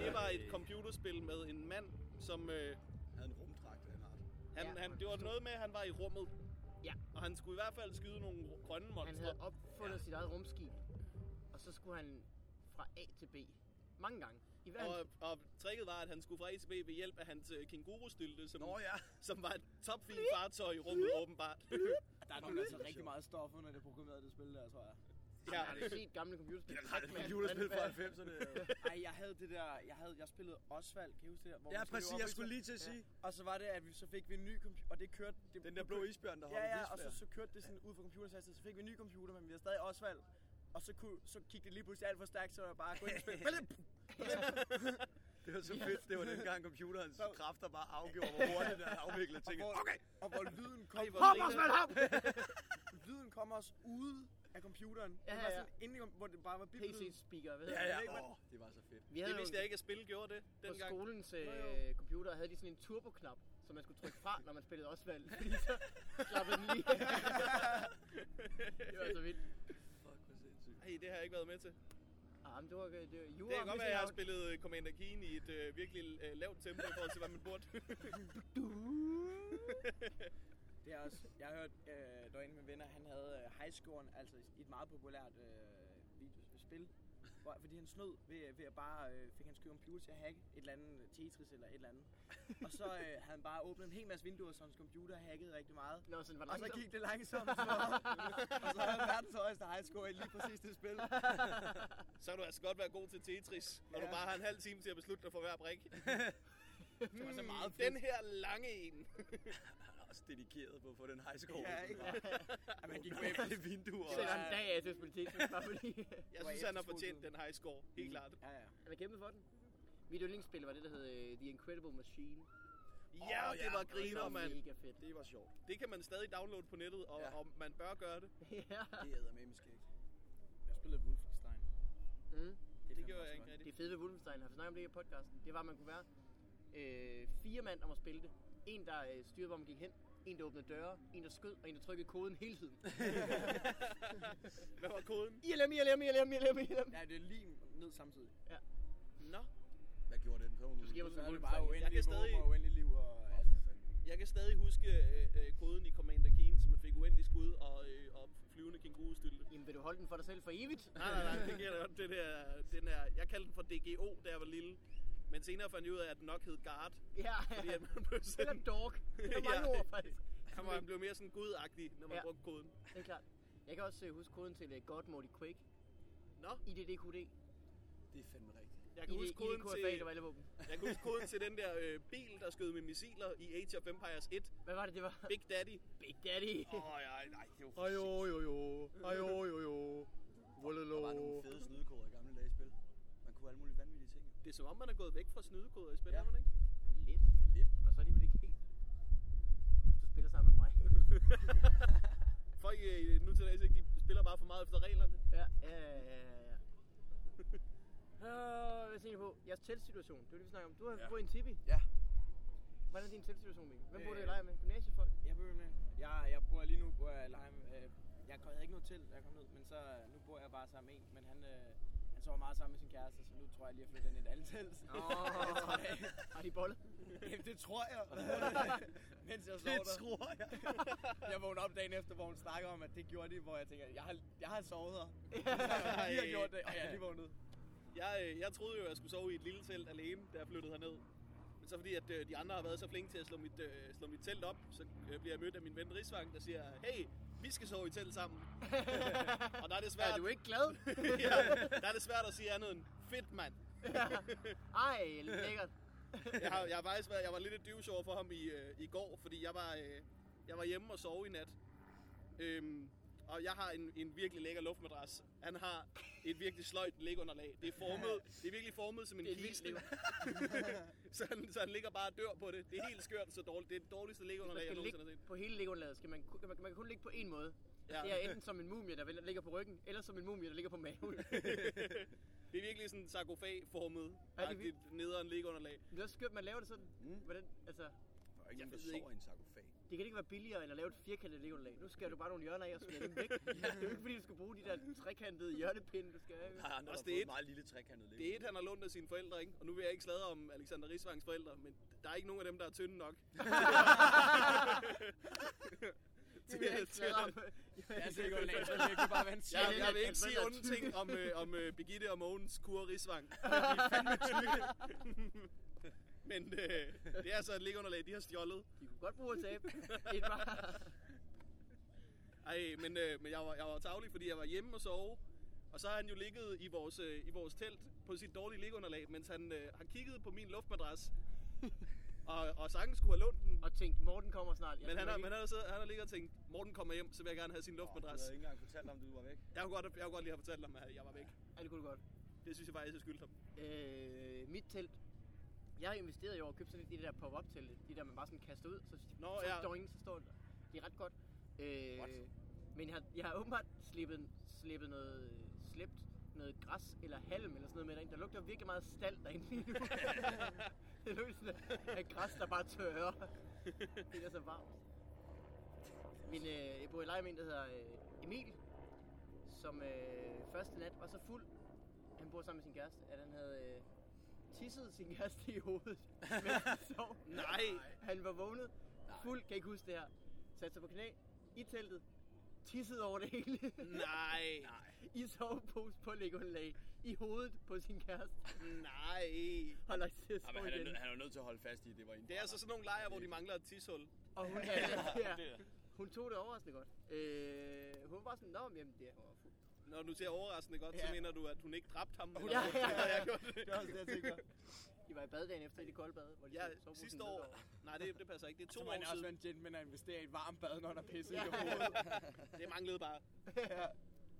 [SPEAKER 3] det var et computerspil med en mand, som... Øh,
[SPEAKER 5] Havde en rumdragt af en art.
[SPEAKER 3] Han,
[SPEAKER 1] Ja,
[SPEAKER 3] ja, han,
[SPEAKER 1] og
[SPEAKER 3] det var
[SPEAKER 1] stod-
[SPEAKER 3] noget med, at han var i rummet.
[SPEAKER 1] Ja.
[SPEAKER 3] Og han skulle i hvert fald skyde nogle ru- grønne
[SPEAKER 1] Han
[SPEAKER 3] monstre.
[SPEAKER 1] havde opfundet sit eget rumskib, og så skulle han fra A til B. Mange gange. I hver
[SPEAKER 3] Og, og tricket var, at han skulle fra A til B ved hjælp af hans øh, kængurustylte, som,
[SPEAKER 5] Nå ja.
[SPEAKER 3] som var et topfint fartøj i rummet, åbenbart.
[SPEAKER 2] Der er nok altså rigtig meget stof under det programmerede det spil der, tror jeg.
[SPEAKER 3] ja,
[SPEAKER 1] Har du set gamle computerspil?
[SPEAKER 5] Det er et computerspil fra 90'erne.
[SPEAKER 2] Ej, jeg havde det der, jeg havde, jeg spillede Osvald, kan I huske det der? Hvor
[SPEAKER 5] Ja,
[SPEAKER 2] man skulle
[SPEAKER 5] præcis.
[SPEAKER 2] løbe op
[SPEAKER 5] Jeg
[SPEAKER 2] i
[SPEAKER 5] skulle
[SPEAKER 2] så-
[SPEAKER 5] lige til at sige.
[SPEAKER 2] Og så var det, at vi så fik vi en ny computer, og det kørte... Det,
[SPEAKER 5] Den der blå isbjørn, der
[SPEAKER 2] Ja,
[SPEAKER 5] holder
[SPEAKER 2] ja, og så,
[SPEAKER 5] isbjørn.
[SPEAKER 2] så kørte det sådan ud fra computersatsen, så fik vi en ny computer, men vi havde stadig Osvald. Og så, kunne, så gik det lige pludselig alt for stærkt, så var jeg bare gå ind og
[SPEAKER 5] *laughs*
[SPEAKER 2] spille.
[SPEAKER 5] Det var så fedt. Det var dengang *laughs* computerens kræfter bare afgjorde, hvor hurtigt den afviklede ting.
[SPEAKER 2] Og hvor-
[SPEAKER 5] Okay.
[SPEAKER 2] Og hvor lyden kom,
[SPEAKER 1] Hop,
[SPEAKER 2] lyden-
[SPEAKER 1] Osvald, hop!
[SPEAKER 2] lyden kom også ude af computeren.
[SPEAKER 1] Ja,
[SPEAKER 2] det var
[SPEAKER 1] ja.
[SPEAKER 2] sådan inde, i kom- hvor det bare var biblet.
[SPEAKER 1] PC-speaker, hvad
[SPEAKER 5] Ja,
[SPEAKER 1] hedder
[SPEAKER 5] ja.
[SPEAKER 1] det?
[SPEAKER 5] Åh, det var så fedt.
[SPEAKER 1] Vi havde
[SPEAKER 3] det
[SPEAKER 1] jo
[SPEAKER 3] vidste jeg ikke, at spil gjorde det
[SPEAKER 1] på
[SPEAKER 3] dengang.
[SPEAKER 1] skolens øh,
[SPEAKER 2] jo.
[SPEAKER 1] computer havde de sådan en turboknap, som man skulle trykke fra, når man spillede Osvald. *laughs* Fordi så klappede den
[SPEAKER 3] *laughs*
[SPEAKER 1] lige. det var så vildt.
[SPEAKER 5] Fuck, hvor sindssygt.
[SPEAKER 3] Hey, det har jeg ikke været med til.
[SPEAKER 1] Ah, men det var, det var
[SPEAKER 3] Det kan godt være, at jeg har spillet øh, Commander Keen i et øh, virkelig øh, lavt tempo i forhold til, hvad man burde.
[SPEAKER 2] Det er også, jeg har hørt, øh, der var en af mine venner, han havde øh, highscoren, altså i et meget populært øh, videospil. Hvor, fordi han snød ved, ved at bare øh, fik hans computer til at hacke et eller andet øh, Tetris eller et eller andet. Og så øh, havde han bare åbnet en hel masse vinduer, så hans computer hackede rigtig meget.
[SPEAKER 1] Nå, sådan var
[SPEAKER 3] Altså,
[SPEAKER 2] Og så
[SPEAKER 1] langsom.
[SPEAKER 2] gik det langsomt for ham. Og så havde han verdens højeste highscore i lige præcis det spil.
[SPEAKER 3] Så kan du altså godt være god til Tetris, når du
[SPEAKER 2] Ja.
[SPEAKER 3] bare har en halv time til at beslutte dig for hver brik.
[SPEAKER 2] Det var så meget
[SPEAKER 3] Hmm, Den her lange en.
[SPEAKER 5] Han er også dedikeret på at få den high score.
[SPEAKER 2] Ja, ikke? Ja, man gik med
[SPEAKER 5] alle vinduer.
[SPEAKER 1] Sætter en dag af til at spille Tetris, bare fordi *laughs*
[SPEAKER 3] Jeg
[SPEAKER 2] var
[SPEAKER 3] synes, han har
[SPEAKER 2] efterskoletiden.
[SPEAKER 3] fortjent den high score. Helt klart.
[SPEAKER 2] Ja, ja.
[SPEAKER 1] han har kæmpet for den. Mit yndlingsspil var det, der hed øh, The Incredible Machine.
[SPEAKER 3] Ja,
[SPEAKER 5] Åh,
[SPEAKER 3] det
[SPEAKER 5] ja.
[SPEAKER 3] var
[SPEAKER 1] Det
[SPEAKER 3] griner,
[SPEAKER 1] var
[SPEAKER 3] mand.
[SPEAKER 1] mega fedt. *laughs*
[SPEAKER 5] Det var sjovt.
[SPEAKER 3] Det kan man stadig downloade på nettet, og,
[SPEAKER 5] Ja.
[SPEAKER 3] og man bør gøre det.
[SPEAKER 1] ja.
[SPEAKER 5] Det æder med skægt. *laughs*
[SPEAKER 2] Jeg spillede Wolfenstein.
[SPEAKER 1] Mm.
[SPEAKER 3] Det gjorde jeg ikke
[SPEAKER 1] Det
[SPEAKER 3] rigtigt.
[SPEAKER 1] er fede ved Wolfenstein, har vi snakket om det i podcasten, det var, at man kunne være øh, fire mand om at spille det. En, der øh, styrede, hvor man gik hen, en, der åbnede døre, en, der skød, og en, der trykkede koden hele tiden.
[SPEAKER 3] *laughs* Hvad var koden?
[SPEAKER 1] ILM, ILM, ILM, ILM, ILM.
[SPEAKER 2] Ja, det er lige ned samtidig.
[SPEAKER 3] Nå,
[SPEAKER 5] Hvad gjorde den? Så var
[SPEAKER 1] Du skal hjem og
[SPEAKER 2] Så
[SPEAKER 1] spille
[SPEAKER 2] er
[SPEAKER 1] Wolfenstein.
[SPEAKER 2] det bare
[SPEAKER 3] Jeg kan
[SPEAKER 2] uendelig
[SPEAKER 3] stadig-
[SPEAKER 2] håb og uendelig liv og alt.
[SPEAKER 3] jeg kan stadig huske øh, øh, koden i Commander Keen, så man fik uendelig skud og, øh, og flyvende kængurustylte.
[SPEAKER 1] Jamen, vil du holde den for dig selv for evigt?
[SPEAKER 3] Nej, nej, nej, det gælder godt. Den her, den her, jeg kaldte den for DGO, da jeg var lille. Men senere fandt jeg ud af, at den nok hed Guard,
[SPEAKER 1] *laughs* Ja,
[SPEAKER 3] fordi at man blev
[SPEAKER 1] eller
[SPEAKER 3] sådan, *laughs*
[SPEAKER 1] dork. Der er mange
[SPEAKER 3] Ja.
[SPEAKER 1] ord, faktisk.
[SPEAKER 3] han var, han blev mere sådan gudagtig, når man
[SPEAKER 1] Ja.
[SPEAKER 3] ja. brugte koden.
[SPEAKER 1] Det er klart. Jeg kan også øh, huske koden til uh, God Mode i Quake.
[SPEAKER 3] Nå,
[SPEAKER 1] IDDQD.
[SPEAKER 5] Det er fandme rigtigt.
[SPEAKER 3] jeg kan, huske koden
[SPEAKER 1] IDQFA,
[SPEAKER 3] til,
[SPEAKER 1] det var alle våben.
[SPEAKER 3] jeg kan huske koden til den der øh, bil, der skød med missiler i Age of Empires 1.
[SPEAKER 1] Hvad var det, det var?
[SPEAKER 3] Big Daddy.
[SPEAKER 1] Big Daddy.
[SPEAKER 3] Åh, oh, nej, nej, det var
[SPEAKER 1] Ajo, jo, jo. Ajo, jo, jo.
[SPEAKER 5] Der var nogle fede snydekoder i gamle dage i spil. Man kunne alle mulige vanvittige ting.
[SPEAKER 3] Det er som om, man er gået væk fra snydekoder i spil,
[SPEAKER 5] Ja.
[SPEAKER 3] ja. man ikke?
[SPEAKER 1] Lidt.
[SPEAKER 5] Lidt.
[SPEAKER 1] Og så alligevel ikke helt. Du spiller sammen med mig.
[SPEAKER 3] Folk øh, nu til dags ikke, de spiller bare for meget efter reglerne.
[SPEAKER 1] *laughs* ja, ja, ja, ja, ja. Øh, hvad tænker du på? Jeres teltsituation, det var det, vi snakker om. Du har
[SPEAKER 5] Ja.
[SPEAKER 1] ja. boet i en tipi.
[SPEAKER 5] Ja.
[SPEAKER 1] Hvordan er din teltsituation, Mikkel? Hvem bor du i
[SPEAKER 2] Øh.
[SPEAKER 1] leje med? Gymnasiefolk?
[SPEAKER 2] Jeg bor med. Jeg, jeg bor lige nu bor jeg i Lime. Øh, Jeg kom- havde ikke noget til, da jeg kom ned, men så øh, nu bor jeg bare sammen med en, men han, øh, han sover meget sammen med sin kæreste, så nu tror jeg lige at flytte ind i et andet telt. *laughs* Jeg tror
[SPEAKER 1] *laughs*
[SPEAKER 2] ikke-
[SPEAKER 1] Har de *laughs* bollet?
[SPEAKER 2] Jamen, det tror jeg. *laughs* Mens jeg sover
[SPEAKER 5] Det
[SPEAKER 2] der.
[SPEAKER 5] tror jeg.
[SPEAKER 2] Jeg vågnede op dagen efter, hvor hun snakker om, at det gjorde de, hvor jeg tænker, jeg har, jeg har sovet *laughs* her.
[SPEAKER 3] Ej.
[SPEAKER 2] Jeg har gjort det, og jeg er lige vågnet.
[SPEAKER 3] Jeg, øh, jeg troede jo, at jeg skulle sove i et lille telt alene, da jeg flyttede herned. Men så fordi, at øh, de andre har været så flinke til at slå mit, øh, slå mit telt op, så øh, bliver jeg mødt af min ven Rigsvang, der siger, hey, vi skal sove i telt sammen. Og der er det svært,
[SPEAKER 1] Er du ikke *laughs* glad?
[SPEAKER 3] *laughs* ja, der er det svært at sige andet end, fedt mand.
[SPEAKER 1] Ej, lækkert.
[SPEAKER 3] Jeg, har, jeg, har faktisk været, jeg var lidt et dyvs over for ham i, øh, i går, fordi jeg var, øh, jeg var hjemme og sove i nat. Øhm, og jeg har en, en virkelig lækker luftmadras. Han har et virkelig sløjt lægunderlag. Det er,
[SPEAKER 1] *laughs*
[SPEAKER 3] formet, det er virkelig formet som en
[SPEAKER 1] Det er et vildt
[SPEAKER 3] kiste. *laughs* så, han, så han ligger bare og dør på det. Det er helt skørt så dårligt. Det er det dårligste
[SPEAKER 1] Man
[SPEAKER 3] lægunderlag, jeg
[SPEAKER 1] skal
[SPEAKER 3] nogensinde har
[SPEAKER 1] ligge
[SPEAKER 3] set.
[SPEAKER 1] på hele legounderlaget. Skal man, kun- man, man kan kun ligge på en måde.
[SPEAKER 3] Ja.
[SPEAKER 1] Det er enten som en mumie, der vel- ligger på ryggen, eller som en mumie, der ligger på maven.
[SPEAKER 3] *laughs* Det er virkelig sådan sarkofag-formet.
[SPEAKER 1] Ja, det er
[SPEAKER 3] Ja, det
[SPEAKER 1] vildt.
[SPEAKER 3] nederen lægunderlag.
[SPEAKER 1] Men det er også skørt, man laver det sådan.
[SPEAKER 5] Mm.
[SPEAKER 1] Hvordan, altså,
[SPEAKER 5] Der er ikke
[SPEAKER 3] Jeg
[SPEAKER 5] nogen, der
[SPEAKER 3] ved ikke.
[SPEAKER 5] sover i en sarkofag.
[SPEAKER 1] det kan ikke være billigere, end at lave et firkantet legounderlag. Nu skærer du bare nogle hjørner af og skærer dem
[SPEAKER 3] *laughs*
[SPEAKER 1] væk. Det er jo ikke, fordi du skal bruge de der trekantede hjørnepinde, du skal
[SPEAKER 3] *laughs*
[SPEAKER 1] have.
[SPEAKER 5] Der er andre,
[SPEAKER 3] Også
[SPEAKER 5] der har fået
[SPEAKER 3] det et-
[SPEAKER 5] et meget lille trekantet liv.
[SPEAKER 3] Det er et, han har lånt af sine forældre, ikke? Og nu vil jeg ikke sladre om Alexander Risvangs forældre, men der er ikke nogen af dem, der er tynde nok.
[SPEAKER 1] Det vil jeg ikke sladre om.
[SPEAKER 2] Jeg er sikkert lag, så det kan bare være en
[SPEAKER 3] Jeg,
[SPEAKER 1] Ja, det er
[SPEAKER 3] jeg vil
[SPEAKER 1] rigtigt.
[SPEAKER 3] ikke sige onde ting om, øh, om øh, Birgitte og Mogens kur Risvang. Men øh, det er altså et ligunderlag, de har stjålet.
[SPEAKER 1] De kunne godt bruge at tabe. Det er bare...
[SPEAKER 3] Ej, men, øh, men jeg, var, jeg var tavlig, fordi jeg var hjemme og sove. Og så har han jo ligget i vores, øh, i vores telt på sit dårlige ligunderlag, mens han øh, har kigget på min luftmadras. og, og sangen skulle have lånt den.
[SPEAKER 1] Og tænkte, Morten kommer snart. Jeg
[SPEAKER 3] Men han
[SPEAKER 1] skal
[SPEAKER 3] har,
[SPEAKER 1] nok
[SPEAKER 3] men
[SPEAKER 1] ikke-
[SPEAKER 3] han har, siddet, han har ligget og tænkt, Morten kommer hjem, så vil jeg gerne have sin
[SPEAKER 5] Du
[SPEAKER 3] luftmadras.
[SPEAKER 5] havde ikke engang fortalt om, du var væk.
[SPEAKER 3] Jeg kunne godt, jeg kunne godt lige have fortalt ham, at jeg var væk.
[SPEAKER 1] Ja, det kunne du godt.
[SPEAKER 3] Det synes jeg faktisk, jeg skyldte ham.
[SPEAKER 1] Øh, mit telt. Jeg har investeret i år og købt sådan et af de der pop-up telte. De der, man bare sådan kaster ud, så,
[SPEAKER 3] Nå,
[SPEAKER 1] så
[SPEAKER 3] ja.
[SPEAKER 1] doing, så står den der. Det er ret godt. Øh,
[SPEAKER 5] What?
[SPEAKER 1] men jeg har, jeg har åbenbart slippet, slippet noget, slæbt noget græs eller halm eller sådan noget med derind. Der lugter virkelig meget stald derinde lige nu.
[SPEAKER 3] *laughs*
[SPEAKER 1] *laughs* det lugter sådan af- af græs, der bare tørrer. det er så varmt. Min, øh, jeg bor i leje med en, der hedder øh, Emil, som øh, første nat var så fuld, han bor sammen med sin kæreste, at han havde øh, tisset sin kæreste i hovedet, *laughs* mens han sov.
[SPEAKER 3] Nej!
[SPEAKER 1] Han var vågnet, fuld, kan ikke huske det her. Satte sig på knæ, i teltet, tissede over det hele, *laughs*
[SPEAKER 3] Nej! Nej!
[SPEAKER 1] i sovepose på lægunderlag, i hovedet på sin kæreste,
[SPEAKER 3] Nej!
[SPEAKER 1] og lagt til at
[SPEAKER 5] Ja, men
[SPEAKER 1] sove
[SPEAKER 5] han, er,
[SPEAKER 1] igen.
[SPEAKER 5] nød- han er jo nødt til at holde fast i, at det var en
[SPEAKER 3] Det er altså sådan nogle lejre, hvor de mangler et tishul.
[SPEAKER 1] Og hun, øh, ja,
[SPEAKER 5] det er-
[SPEAKER 1] hun tog det overraskende godt. Øh, hun var sådan, nå, men jamen, det var fuld.
[SPEAKER 3] Når du siger overraskende godt, ja. så
[SPEAKER 1] Ja.
[SPEAKER 3] mener du, at hun ikke dræbte ham?
[SPEAKER 1] Ja,
[SPEAKER 3] eller- *laughs*
[SPEAKER 1] ja, ja.
[SPEAKER 3] Jeg gjorde det.
[SPEAKER 2] Det er også det, jeg tænker.
[SPEAKER 1] De var i baddagen efter i det kolde bad, hvor de sov- sov
[SPEAKER 3] Ja,
[SPEAKER 1] på
[SPEAKER 3] sidste
[SPEAKER 1] sådan
[SPEAKER 3] år.
[SPEAKER 1] noget
[SPEAKER 3] Nej, det, det passer ikke. Det er
[SPEAKER 2] Så
[SPEAKER 3] to
[SPEAKER 2] må
[SPEAKER 3] år
[SPEAKER 2] man også være
[SPEAKER 3] siden.
[SPEAKER 2] en gentleman og investere i et varmt bad, når der er pisse
[SPEAKER 1] *laughs*
[SPEAKER 2] i
[SPEAKER 1] Ja.
[SPEAKER 2] hovedet.
[SPEAKER 3] Det manglede bare.
[SPEAKER 1] der.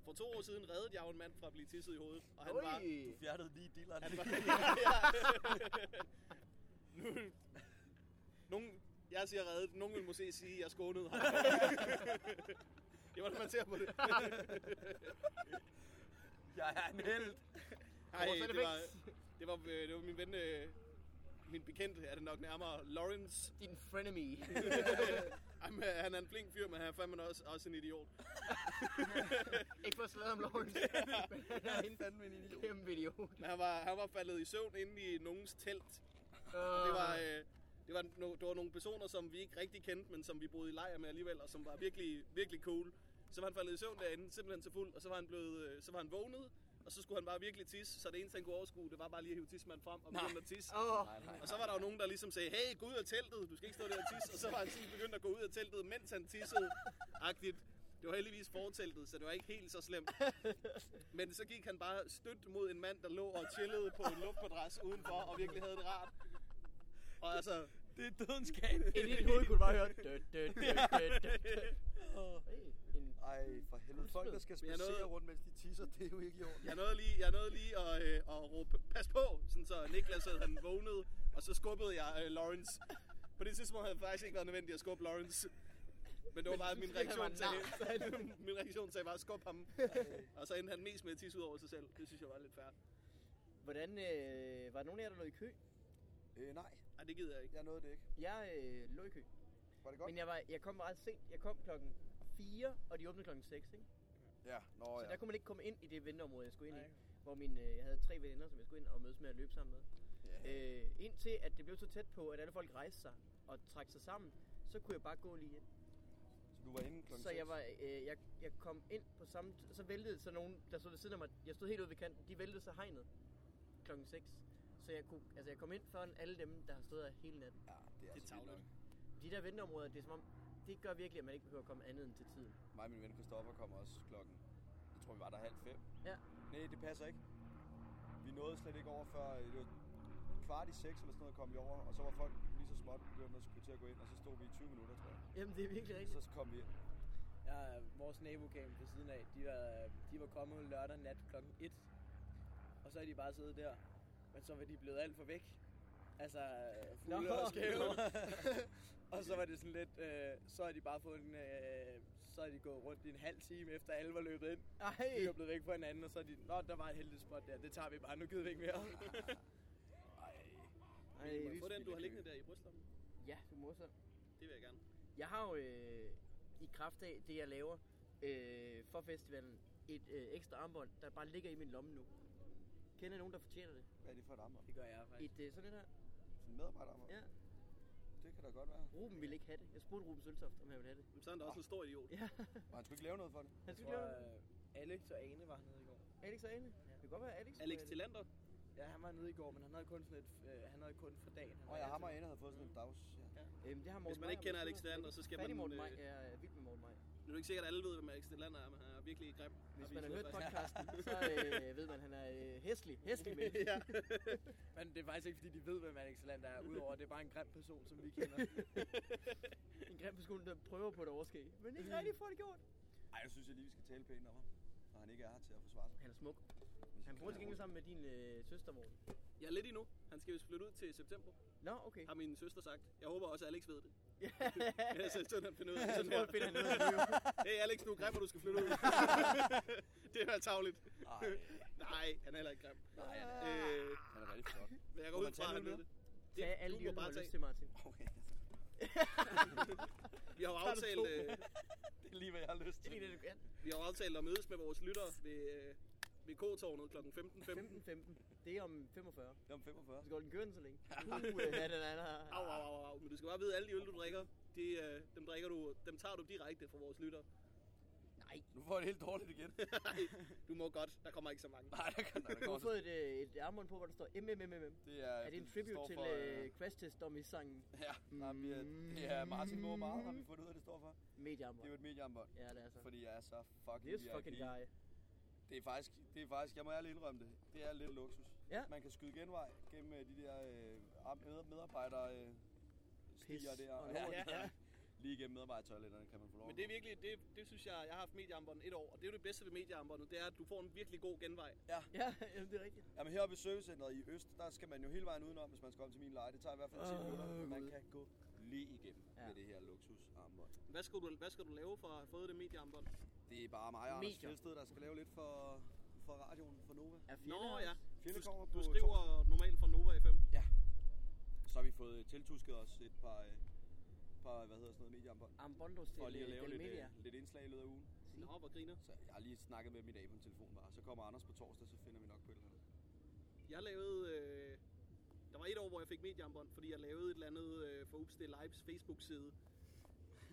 [SPEAKER 3] For to år siden reddede jeg jo en mand fra at blive tisset i hovedet. Og han
[SPEAKER 1] Oj.
[SPEAKER 3] var...
[SPEAKER 5] Du fjernede lige dealeren.
[SPEAKER 1] *laughs*
[SPEAKER 3] *laughs* Han var ja. nu, nogen, jeg siger reddet. Nogen vil måske sige, at jeg skånede
[SPEAKER 1] *laughs*
[SPEAKER 3] ham. det var, når man ser på det.
[SPEAKER 5] Jeg er en held.
[SPEAKER 3] Nej,
[SPEAKER 1] Hvor er det
[SPEAKER 3] det var,
[SPEAKER 1] væk?
[SPEAKER 3] Det var, øh, det var min ven, øh, min bekendte er det nok nærmere, Lawrence.
[SPEAKER 6] Din
[SPEAKER 3] *laughs*
[SPEAKER 6] frenemy.
[SPEAKER 3] Jamen, øh, han er en flink fyr, men han er fandme også, også en idiot.
[SPEAKER 6] ikke for at sladre om
[SPEAKER 3] *laughs*
[SPEAKER 6] Lawrence, men han
[SPEAKER 1] *laughs*
[SPEAKER 6] er en
[SPEAKER 2] fandme en idiot.
[SPEAKER 6] kæmpe idiot.
[SPEAKER 3] Men han var, han var faldet i søvn inde i nogens telt.
[SPEAKER 6] Uh,
[SPEAKER 3] Det var, øh, det var, no, det var nogle personer, som vi ikke rigtig kendte, men som vi boede i lejr med alligevel, og som var virkelig, virkelig cool. Så var han faldet i søvn derinde, simpelthen så fuld, og så var han, blevet, øh, så var han vågnet, og så skulle han bare virkelig tisse, så det eneste, han kunne overskue, det var bare lige at hive tissemanden frem og begynde at tisse.
[SPEAKER 6] Åh,
[SPEAKER 3] Og så var der jo nogen, der ligesom sagde, hey, gå ud af teltet, du skal ikke stå der og tisse. Og så var han sådan begyndt at gå ud af teltet, mens han tissede. Agtigt. Det var heldigvis forteltet, så det var ikke helt så slemt. Men så gik han bare stødt mod en mand, der lå og chillede på en luftmadras udenfor, og virkelig havde det rart. Og altså,
[SPEAKER 2] Det er dødens kane.
[SPEAKER 6] ind i dit hoved kunne du bare høre. Død, død, død, død, død. Hey, en
[SPEAKER 4] Ej, for helvede. Folk, der skal
[SPEAKER 3] Men jeg nåede-
[SPEAKER 4] spacere rundt, mens de tisser, det er jo ikke i orden.
[SPEAKER 3] jeg nåede lige, jeg nåede lige at, øh, at råbe, pas på, sådan så Niklas havde han vågnede, og så skubbede jeg øh, Lawrence. På det tidspunkt havde det faktisk ikke været nødvendigt at skubbe Lawrence. Men det var bare min reaktion til Min reaktion *laughs* sagde bare, skub ham. og så endte han mest med at tisse ud over sig selv. Det synes jeg var lidt fair.
[SPEAKER 1] Hvordan, øh, var der nogen af jer, der lå i kø?
[SPEAKER 4] Øh, nej,
[SPEAKER 3] Nej, det gider jeg ikke.
[SPEAKER 4] jeg nåede det ikke.
[SPEAKER 1] Jeg øh, lå i kø.
[SPEAKER 4] Var det godt?
[SPEAKER 1] Men jeg, var, jeg kom meget sent. Jeg kom klokken 4, og de åbnede klokken 6, ikke?
[SPEAKER 4] Ja, nå
[SPEAKER 1] Så der
[SPEAKER 4] ja.
[SPEAKER 1] kunne man ikke komme ind i det venteområde, jeg skulle ind
[SPEAKER 2] Nej.
[SPEAKER 1] i. Hvor min, øh, jeg havde tre venner, som jeg skulle ind og mødes med at løbe sammen med.
[SPEAKER 4] Ja.
[SPEAKER 1] Øh, indtil at det blev så tæt på, at alle folk rejste sig og trak sig sammen, så kunne jeg bare gå lige ind.
[SPEAKER 4] Så du var inde klokken
[SPEAKER 1] Så jeg,
[SPEAKER 4] seks.
[SPEAKER 1] var, øh, jeg, jeg kom ind på samme... t- Så væltede så nogen, der stod ved siden af mig. Jeg stod helt ude ved kanten. De væltede så hegnet klokken 6. Så jeg, kunne, altså jeg kom ind foran alle dem, der har stået her hele natten.
[SPEAKER 4] Ja, det er,
[SPEAKER 3] Det
[SPEAKER 4] det
[SPEAKER 3] er
[SPEAKER 4] altså vildt
[SPEAKER 3] tavler.
[SPEAKER 4] nok.
[SPEAKER 1] De der venteområder, det er som om... Det gør virkelig, at man ikke behøver at komme andet end til tiden.
[SPEAKER 4] Mig og min ven Christoffer kom også klokken, jeg tror vi var der halv fem.
[SPEAKER 1] Ja.
[SPEAKER 4] Nej, det passer ikke. Vi nåede slet ikke over før, øh, det var kvart i seks eller sådan noget kom vi over, og så var folk lige så småt begyndt at skulle til at gå ind, og så stod vi i 20 minutter, tror jeg.
[SPEAKER 1] Jamen, det er virkelig rigtigt.
[SPEAKER 4] Så kom vi ind.
[SPEAKER 2] Ja, vores nabokam ved siden af, de var, de var kommet lørdag nat klokken 1. Og så er de bare siddet der. Men så var de blevet alt for væk. Altså, øh, fugle
[SPEAKER 1] Nå.
[SPEAKER 2] og skæve. *laughs* og så var det sådan lidt, øh, så har de bare fået en, øh, så er de gået rundt i en halv time efter alle var løbet ind. De
[SPEAKER 1] Ej,
[SPEAKER 2] var blevet væk fra hinanden, og så er de, nå, der var et heldigt spot der, det tager vi bare, nu gider vi ikke *laughs* mere.
[SPEAKER 3] Må
[SPEAKER 1] Ej.
[SPEAKER 3] jeg få den, du har liggende der i brystlommen?
[SPEAKER 1] Ja, du må så.
[SPEAKER 3] Det vil jeg gerne.
[SPEAKER 1] Jeg har jo øh, i kraft af det, jeg laver øh, for festivalen, et øh, ekstra armbånd, der bare ligger i min lomme nu. Kender I nogen, der fortjener det?
[SPEAKER 4] Hvad er det for et armbånd?
[SPEAKER 2] Det gør jeg faktisk.
[SPEAKER 1] Et øh, sådan et her.
[SPEAKER 4] Sådan en medarbejderarmbånd?
[SPEAKER 1] Ja.
[SPEAKER 4] Det kan da godt være.
[SPEAKER 1] Ruben ville ikke have det. Jeg spurgte Ruben Søltoft, om han ville have det.
[SPEAKER 3] Men så er han da også en
[SPEAKER 1] *laughs*
[SPEAKER 3] stor idiot.
[SPEAKER 1] Ja,
[SPEAKER 4] Og han skulle ikke lave noget for det.
[SPEAKER 1] han
[SPEAKER 2] Jeg
[SPEAKER 1] skulle
[SPEAKER 2] tror,
[SPEAKER 1] lave det.
[SPEAKER 2] øh, Alex og Ane var hernede i går.
[SPEAKER 1] Alex og Ane. Det kan godt være, Alex.
[SPEAKER 3] Alex
[SPEAKER 1] skulle have
[SPEAKER 3] Tillander.
[SPEAKER 2] Ja, han var nede i går, men han havde kun sådan et, øh, han havde kun for dagen. Han
[SPEAKER 4] Og
[SPEAKER 2] var
[SPEAKER 4] jeg
[SPEAKER 2] altid-
[SPEAKER 4] ham og Anna havde fået sådan en dags. Ja.
[SPEAKER 1] det. Øhm, det har Morten
[SPEAKER 3] Hvis man ikke
[SPEAKER 1] Meyer,
[SPEAKER 3] kender
[SPEAKER 1] men
[SPEAKER 3] Alex
[SPEAKER 1] sådan
[SPEAKER 3] Tillander,
[SPEAKER 1] noget.
[SPEAKER 3] så skal
[SPEAKER 1] Fattig
[SPEAKER 3] man...
[SPEAKER 1] Morten
[SPEAKER 3] Øh,
[SPEAKER 1] Maj. Jeg er vild med Morten Maj.
[SPEAKER 3] nu er det ikke sikkert, at alle ved, hvem Alex Tillander er, men han er virkelig grim.
[SPEAKER 1] Hvis
[SPEAKER 3] vi
[SPEAKER 1] man har
[SPEAKER 3] sidder
[SPEAKER 1] hørt
[SPEAKER 3] faktisk-
[SPEAKER 1] podcasten, så øh, ved man, at han er øh, hæslig. Hæslig menneske.
[SPEAKER 3] *laughs* ja.
[SPEAKER 2] Men det er faktisk ikke, fordi de ved, hvem Alex Land er, udover at det er bare en grim person, som vi kender.
[SPEAKER 1] En grim på skolen, der prøver på et overskæg. Men ikke rigtig får det gjort.
[SPEAKER 4] Ej, jeg synes jeg lige, vi skal tale pænt om ham. Når han ikke er her til at forsvare sig.
[SPEAKER 1] Han er smuk.
[SPEAKER 4] Hvis
[SPEAKER 1] Han
[SPEAKER 4] vi
[SPEAKER 1] bor til
[SPEAKER 4] kan-
[SPEAKER 1] gengæld sammen med din øh, søster, Morten.
[SPEAKER 3] ja, lidt endnu. Han skal vist flytte ud til september,
[SPEAKER 1] Nå, okay.
[SPEAKER 3] har min søster sagt. Jeg håber også, at
[SPEAKER 1] *laughs*
[SPEAKER 3] Alex ved det.
[SPEAKER 1] Ja.
[SPEAKER 3] Ja, så sådan han finder ud af
[SPEAKER 1] Jeg
[SPEAKER 3] det sådan
[SPEAKER 1] tror, jeg
[SPEAKER 3] her.
[SPEAKER 1] finder *laughs* noget at leve.
[SPEAKER 3] Hey Alex, du er grim, og du skal flytte
[SPEAKER 1] *laughs*
[SPEAKER 3] ud. det er da tavligt.
[SPEAKER 4] Ej, *laughs*
[SPEAKER 3] Nej, han er heller ikke grim.
[SPEAKER 4] nej, han er,
[SPEAKER 3] Øh,
[SPEAKER 4] han er rigtig flot.
[SPEAKER 3] men jeg går
[SPEAKER 4] Må
[SPEAKER 3] ud
[SPEAKER 4] man
[SPEAKER 3] fra,
[SPEAKER 4] tage
[SPEAKER 3] at han
[SPEAKER 4] nu
[SPEAKER 3] ved
[SPEAKER 4] nu?
[SPEAKER 3] det.
[SPEAKER 1] Tag alle
[SPEAKER 3] du
[SPEAKER 1] de
[SPEAKER 3] må
[SPEAKER 1] øl, du
[SPEAKER 3] bare
[SPEAKER 1] har
[SPEAKER 3] tage.
[SPEAKER 1] lyst til, Martin.
[SPEAKER 4] *laughs* Okay.
[SPEAKER 3] Vi har jo
[SPEAKER 4] Tager du
[SPEAKER 3] aftalt,
[SPEAKER 4] to?
[SPEAKER 3] øh,
[SPEAKER 4] Det er lige, hvad jeg har lyst
[SPEAKER 1] Det
[SPEAKER 4] til.
[SPEAKER 1] er lige det, du kan.
[SPEAKER 3] vi har jo aftalt at mødes med vores lyttere ved, øh, ved K-tårnet kl. 15.15.
[SPEAKER 1] 15-15. Det er om 45.
[SPEAKER 4] Det er om 45.
[SPEAKER 1] Så går den kørende så længe. Uh, ja, den er der.
[SPEAKER 3] Au, au, au, au. Men du skal bare vide, at alle de øl, du drikker, de, øh, dem, drikker du, dem tager du direkte fra vores lyttere. *laughs*
[SPEAKER 1] Nej.
[SPEAKER 4] Nu får jeg det helt dårligt igen. *laughs*
[SPEAKER 3] Nej, du må godt. Der kommer ikke så mange.
[SPEAKER 4] Nej, der kan der
[SPEAKER 1] Du har
[SPEAKER 4] godt.
[SPEAKER 1] fået et, øh, et armbånd på, hvor der står MMMM.
[SPEAKER 4] Det er,
[SPEAKER 1] Er det en tribute
[SPEAKER 4] står
[SPEAKER 1] til
[SPEAKER 4] for,
[SPEAKER 1] øh, Crash Test Dummies-sangen?
[SPEAKER 4] *laughs* ja, nej, vi er, det er Martin Mormar, har vi fundet ud af, det står for. Det er jo
[SPEAKER 1] Mediearmbånd.
[SPEAKER 4] et mediearmbånd,
[SPEAKER 1] Ja, det er så.
[SPEAKER 4] fordi jeg Altså. er så fucking
[SPEAKER 1] This
[SPEAKER 4] VIP.
[SPEAKER 1] fucking guy.
[SPEAKER 4] Det er faktisk, det er faktisk, jeg må ærligt indrømme det, det er lidt luksus.
[SPEAKER 1] Ja.
[SPEAKER 4] Man kan skyde genvej gennem øh, de der øh, ar- med- medarbejdere øh, stiger
[SPEAKER 1] Pis
[SPEAKER 4] der.
[SPEAKER 1] og
[SPEAKER 4] ja,
[SPEAKER 1] lort.
[SPEAKER 4] ja. Lige gennem medarbejdertoiletterne kan man få lov
[SPEAKER 3] Men
[SPEAKER 4] at
[SPEAKER 3] det er
[SPEAKER 4] gå.
[SPEAKER 3] virkelig, det, det synes jeg, jeg har haft mediearmbåndet et år, og det er jo det bedste ved mediearmbåndet, det er, at du får en virkelig god genvej.
[SPEAKER 1] *laughs* Ja, jamen, det er rigtigt.
[SPEAKER 4] Jamen heroppe i servicecenteret i Øst, der skal man jo hele vejen udenom, hvis man skal om til min leje. Det tager i hvert fald 10
[SPEAKER 1] Åh,
[SPEAKER 4] minutter, men man
[SPEAKER 1] Gud.
[SPEAKER 4] kan gå lige igennem
[SPEAKER 1] Ja.
[SPEAKER 4] ja. med det her luksusarmbånd.
[SPEAKER 3] Hvad skal du, hvad skal du lave for at have fået det mediearmbånd?
[SPEAKER 4] Det er bare mig og Anders
[SPEAKER 1] Medier.
[SPEAKER 4] Fjeldsted, der skal lave lidt for, for radioen for Nova.
[SPEAKER 1] Er
[SPEAKER 3] Nå
[SPEAKER 1] fjender
[SPEAKER 3] ja,
[SPEAKER 1] også?
[SPEAKER 4] Denne kommer
[SPEAKER 3] Du
[SPEAKER 4] på
[SPEAKER 3] skriver normalt fra Nova FM.
[SPEAKER 4] torsdag. Så har vi fået øh, tiltusket os et par, øh, par hvad hedder sådan noget, mediearmbånd.
[SPEAKER 1] Ambondos til
[SPEAKER 4] For lige at lave lidt,
[SPEAKER 1] Media.
[SPEAKER 4] øh, lidt indslag i løbet af ugen.
[SPEAKER 3] Nå, hvor griner.
[SPEAKER 4] Så jeg har lige snakket med dem i dag på en telefon bare. Så kommer Anders på torsdag, så finder vi nok på et eller andet.
[SPEAKER 3] Jeg lavede... Øh, der var et år, hvor jeg fik mediearmbånd, fordi jeg lavede et eller andet øh, for Upstil Lives Facebook-side.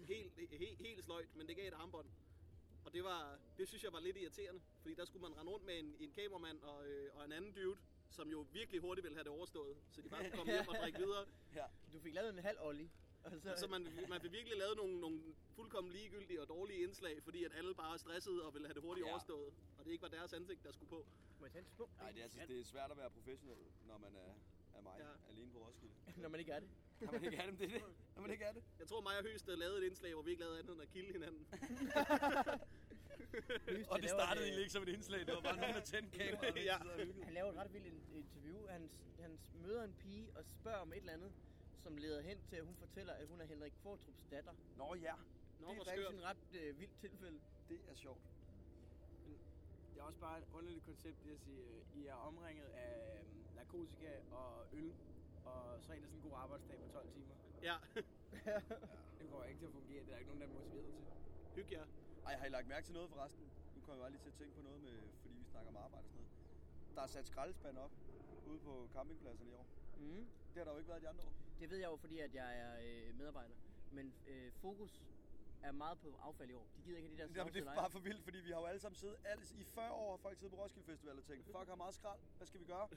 [SPEAKER 3] Helt, he, helt sløjt, men det gav et armbånd. Og det, var, det synes jeg var lidt irriterende, fordi der skulle man rende rundt med en, en kameramand og, øh, og en anden dude, som jo virkelig hurtigt ville have det overstået, så de bare kunne komme hjem og drikke videre.
[SPEAKER 1] Du fik lavet en halv ollie. Og så,
[SPEAKER 3] Så man, man fik virkelig lavet nogle, nogle fuldkommen ligegyldige og dårlige indslag, fordi at alle bare er stressede og ville have det hurtigt
[SPEAKER 4] Ja.
[SPEAKER 3] ja. overstået. Og det ikke var deres ansigt, der skulle på.
[SPEAKER 1] Må jeg tage en smuk?
[SPEAKER 4] Nej, det er, altså, det er svært at være professionel, når man er, er mig
[SPEAKER 3] Ja.
[SPEAKER 4] ja. alene på Roskilde.
[SPEAKER 1] Når man ikke er det.
[SPEAKER 4] Når man ikke er det, det er det. Når man ikke er det.
[SPEAKER 3] Jeg tror, mig og Høst havde lavet et indslag, hvor vi ikke lavede andet end at kilde hinanden.
[SPEAKER 1] Høst,
[SPEAKER 7] Og
[SPEAKER 1] han
[SPEAKER 7] det
[SPEAKER 1] laver øh,
[SPEAKER 7] startede
[SPEAKER 1] et,
[SPEAKER 7] egentlig ikke som et indslag, det var bare nogen, der
[SPEAKER 4] *laughs*
[SPEAKER 7] tændte kameraet.
[SPEAKER 3] ja.
[SPEAKER 1] Han laver et ret vildt in- interview. Han, s- han s- møder en pige og spørger om et eller andet, som leder hen til, at hun fortæller, at hun er Henrik Kvartrup's datter.
[SPEAKER 4] Nå ja,
[SPEAKER 3] Nå,
[SPEAKER 1] det
[SPEAKER 3] hvor
[SPEAKER 1] er faktisk
[SPEAKER 3] skørt.
[SPEAKER 1] en ret øh, vildt tilfælde.
[SPEAKER 4] det er sjovt.
[SPEAKER 2] *laughs* Det er også bare et underligt koncept, det at sige, øh, I er omringet af øh, narkotika og øl, og så er det sådan en god arbejdsdag på 12 timer.
[SPEAKER 3] Ja, *laughs*
[SPEAKER 2] Det går ikke til at fungere, det er der ikke nogen, der er motiveret til.
[SPEAKER 3] hyg jer.
[SPEAKER 4] Ej, har I lagt mærke til noget forresten? Nu kommer jeg bare lige til at tænke på noget med, fordi vi snakker om arbejde og sådan noget. Der er sat skraldespand op ude på campingpladserne i år.
[SPEAKER 1] Mm.
[SPEAKER 4] Det har der jo ikke været de andre år.
[SPEAKER 1] Det ved jeg jo, fordi at jeg er øh, medarbejder. Men øh, fokus er meget på affald i år. De gider Altså, ikke have de der
[SPEAKER 4] Jamen, det er
[SPEAKER 1] snavsede
[SPEAKER 4] bare for vildt, fordi vi har jo alle sammen siddet alle, i 40 år har folk siddet på Roskilde Festival og tænkt, fuck, har meget skrald, hvad skal vi
[SPEAKER 1] *laughs*
[SPEAKER 4] gøre?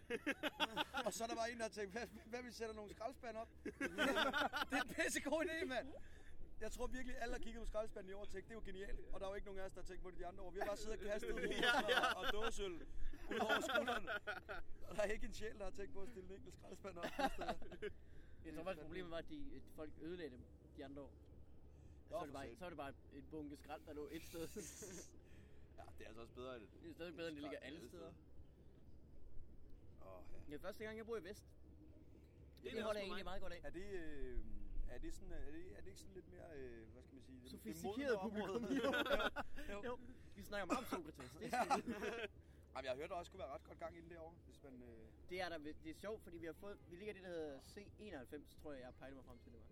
[SPEAKER 4] og så er der bare en, der har tænkt, hvad, hvad vi sætter nogle skraldespand
[SPEAKER 1] *laughs*
[SPEAKER 4] op? det er en pissegod idé, mand! Jeg tror virkelig, alle har kigget på skraldespanden i år og tænkt, det er jo genialt. Og der er jo ikke nogen af os, der har tænkt på det de andre år. Vi har bare siddet og
[SPEAKER 1] *laughs*
[SPEAKER 4] kastet ja, ja. og dåsøl ud over skulderen. Og der er ikke en sjæl, der har tænkt på at stille en enkelt skraldespand op. nogen steder.
[SPEAKER 1] Jeg tror faktisk, problemet var, at, de, at folk ødelagde dem de andre år. Så var,
[SPEAKER 4] for
[SPEAKER 1] det bare,
[SPEAKER 4] satan.
[SPEAKER 1] så var det bare et bunke skrald, der lå et
[SPEAKER 4] *laughs*
[SPEAKER 1] sted. *laughs* det
[SPEAKER 4] Ja, det er altså også bedre end det.
[SPEAKER 1] er stadig bedre, end det ligger alle steder.
[SPEAKER 4] Åh, ja.
[SPEAKER 1] Ja, første gang, jeg bor i Vest. Det,
[SPEAKER 3] da
[SPEAKER 1] det
[SPEAKER 3] også
[SPEAKER 1] holder jeg
[SPEAKER 3] for
[SPEAKER 1] egentlig
[SPEAKER 3] mig.
[SPEAKER 1] meget godt af.
[SPEAKER 4] Er det, øh, er det sådan, er det, er det ikke sådan lidt mere, øh, hvad skal man sige, det
[SPEAKER 1] Sofistikeret
[SPEAKER 4] modne område?
[SPEAKER 1] publikum.
[SPEAKER 4] jo, jo. jo.
[SPEAKER 1] *laughs* Jo, vi snakker meget om Sokrates. Det,
[SPEAKER 4] Ja.
[SPEAKER 1] er sgu-
[SPEAKER 4] *laughs* Jamen, jeg har hørt, der også kunne være ret godt gang inden derovre, hvis man... Øh,
[SPEAKER 1] det er der, ved- det er sjovt, fordi vi har fået, vi ligger i det, der hedder C91, tror jeg, jeg pejlede mig frem til det var.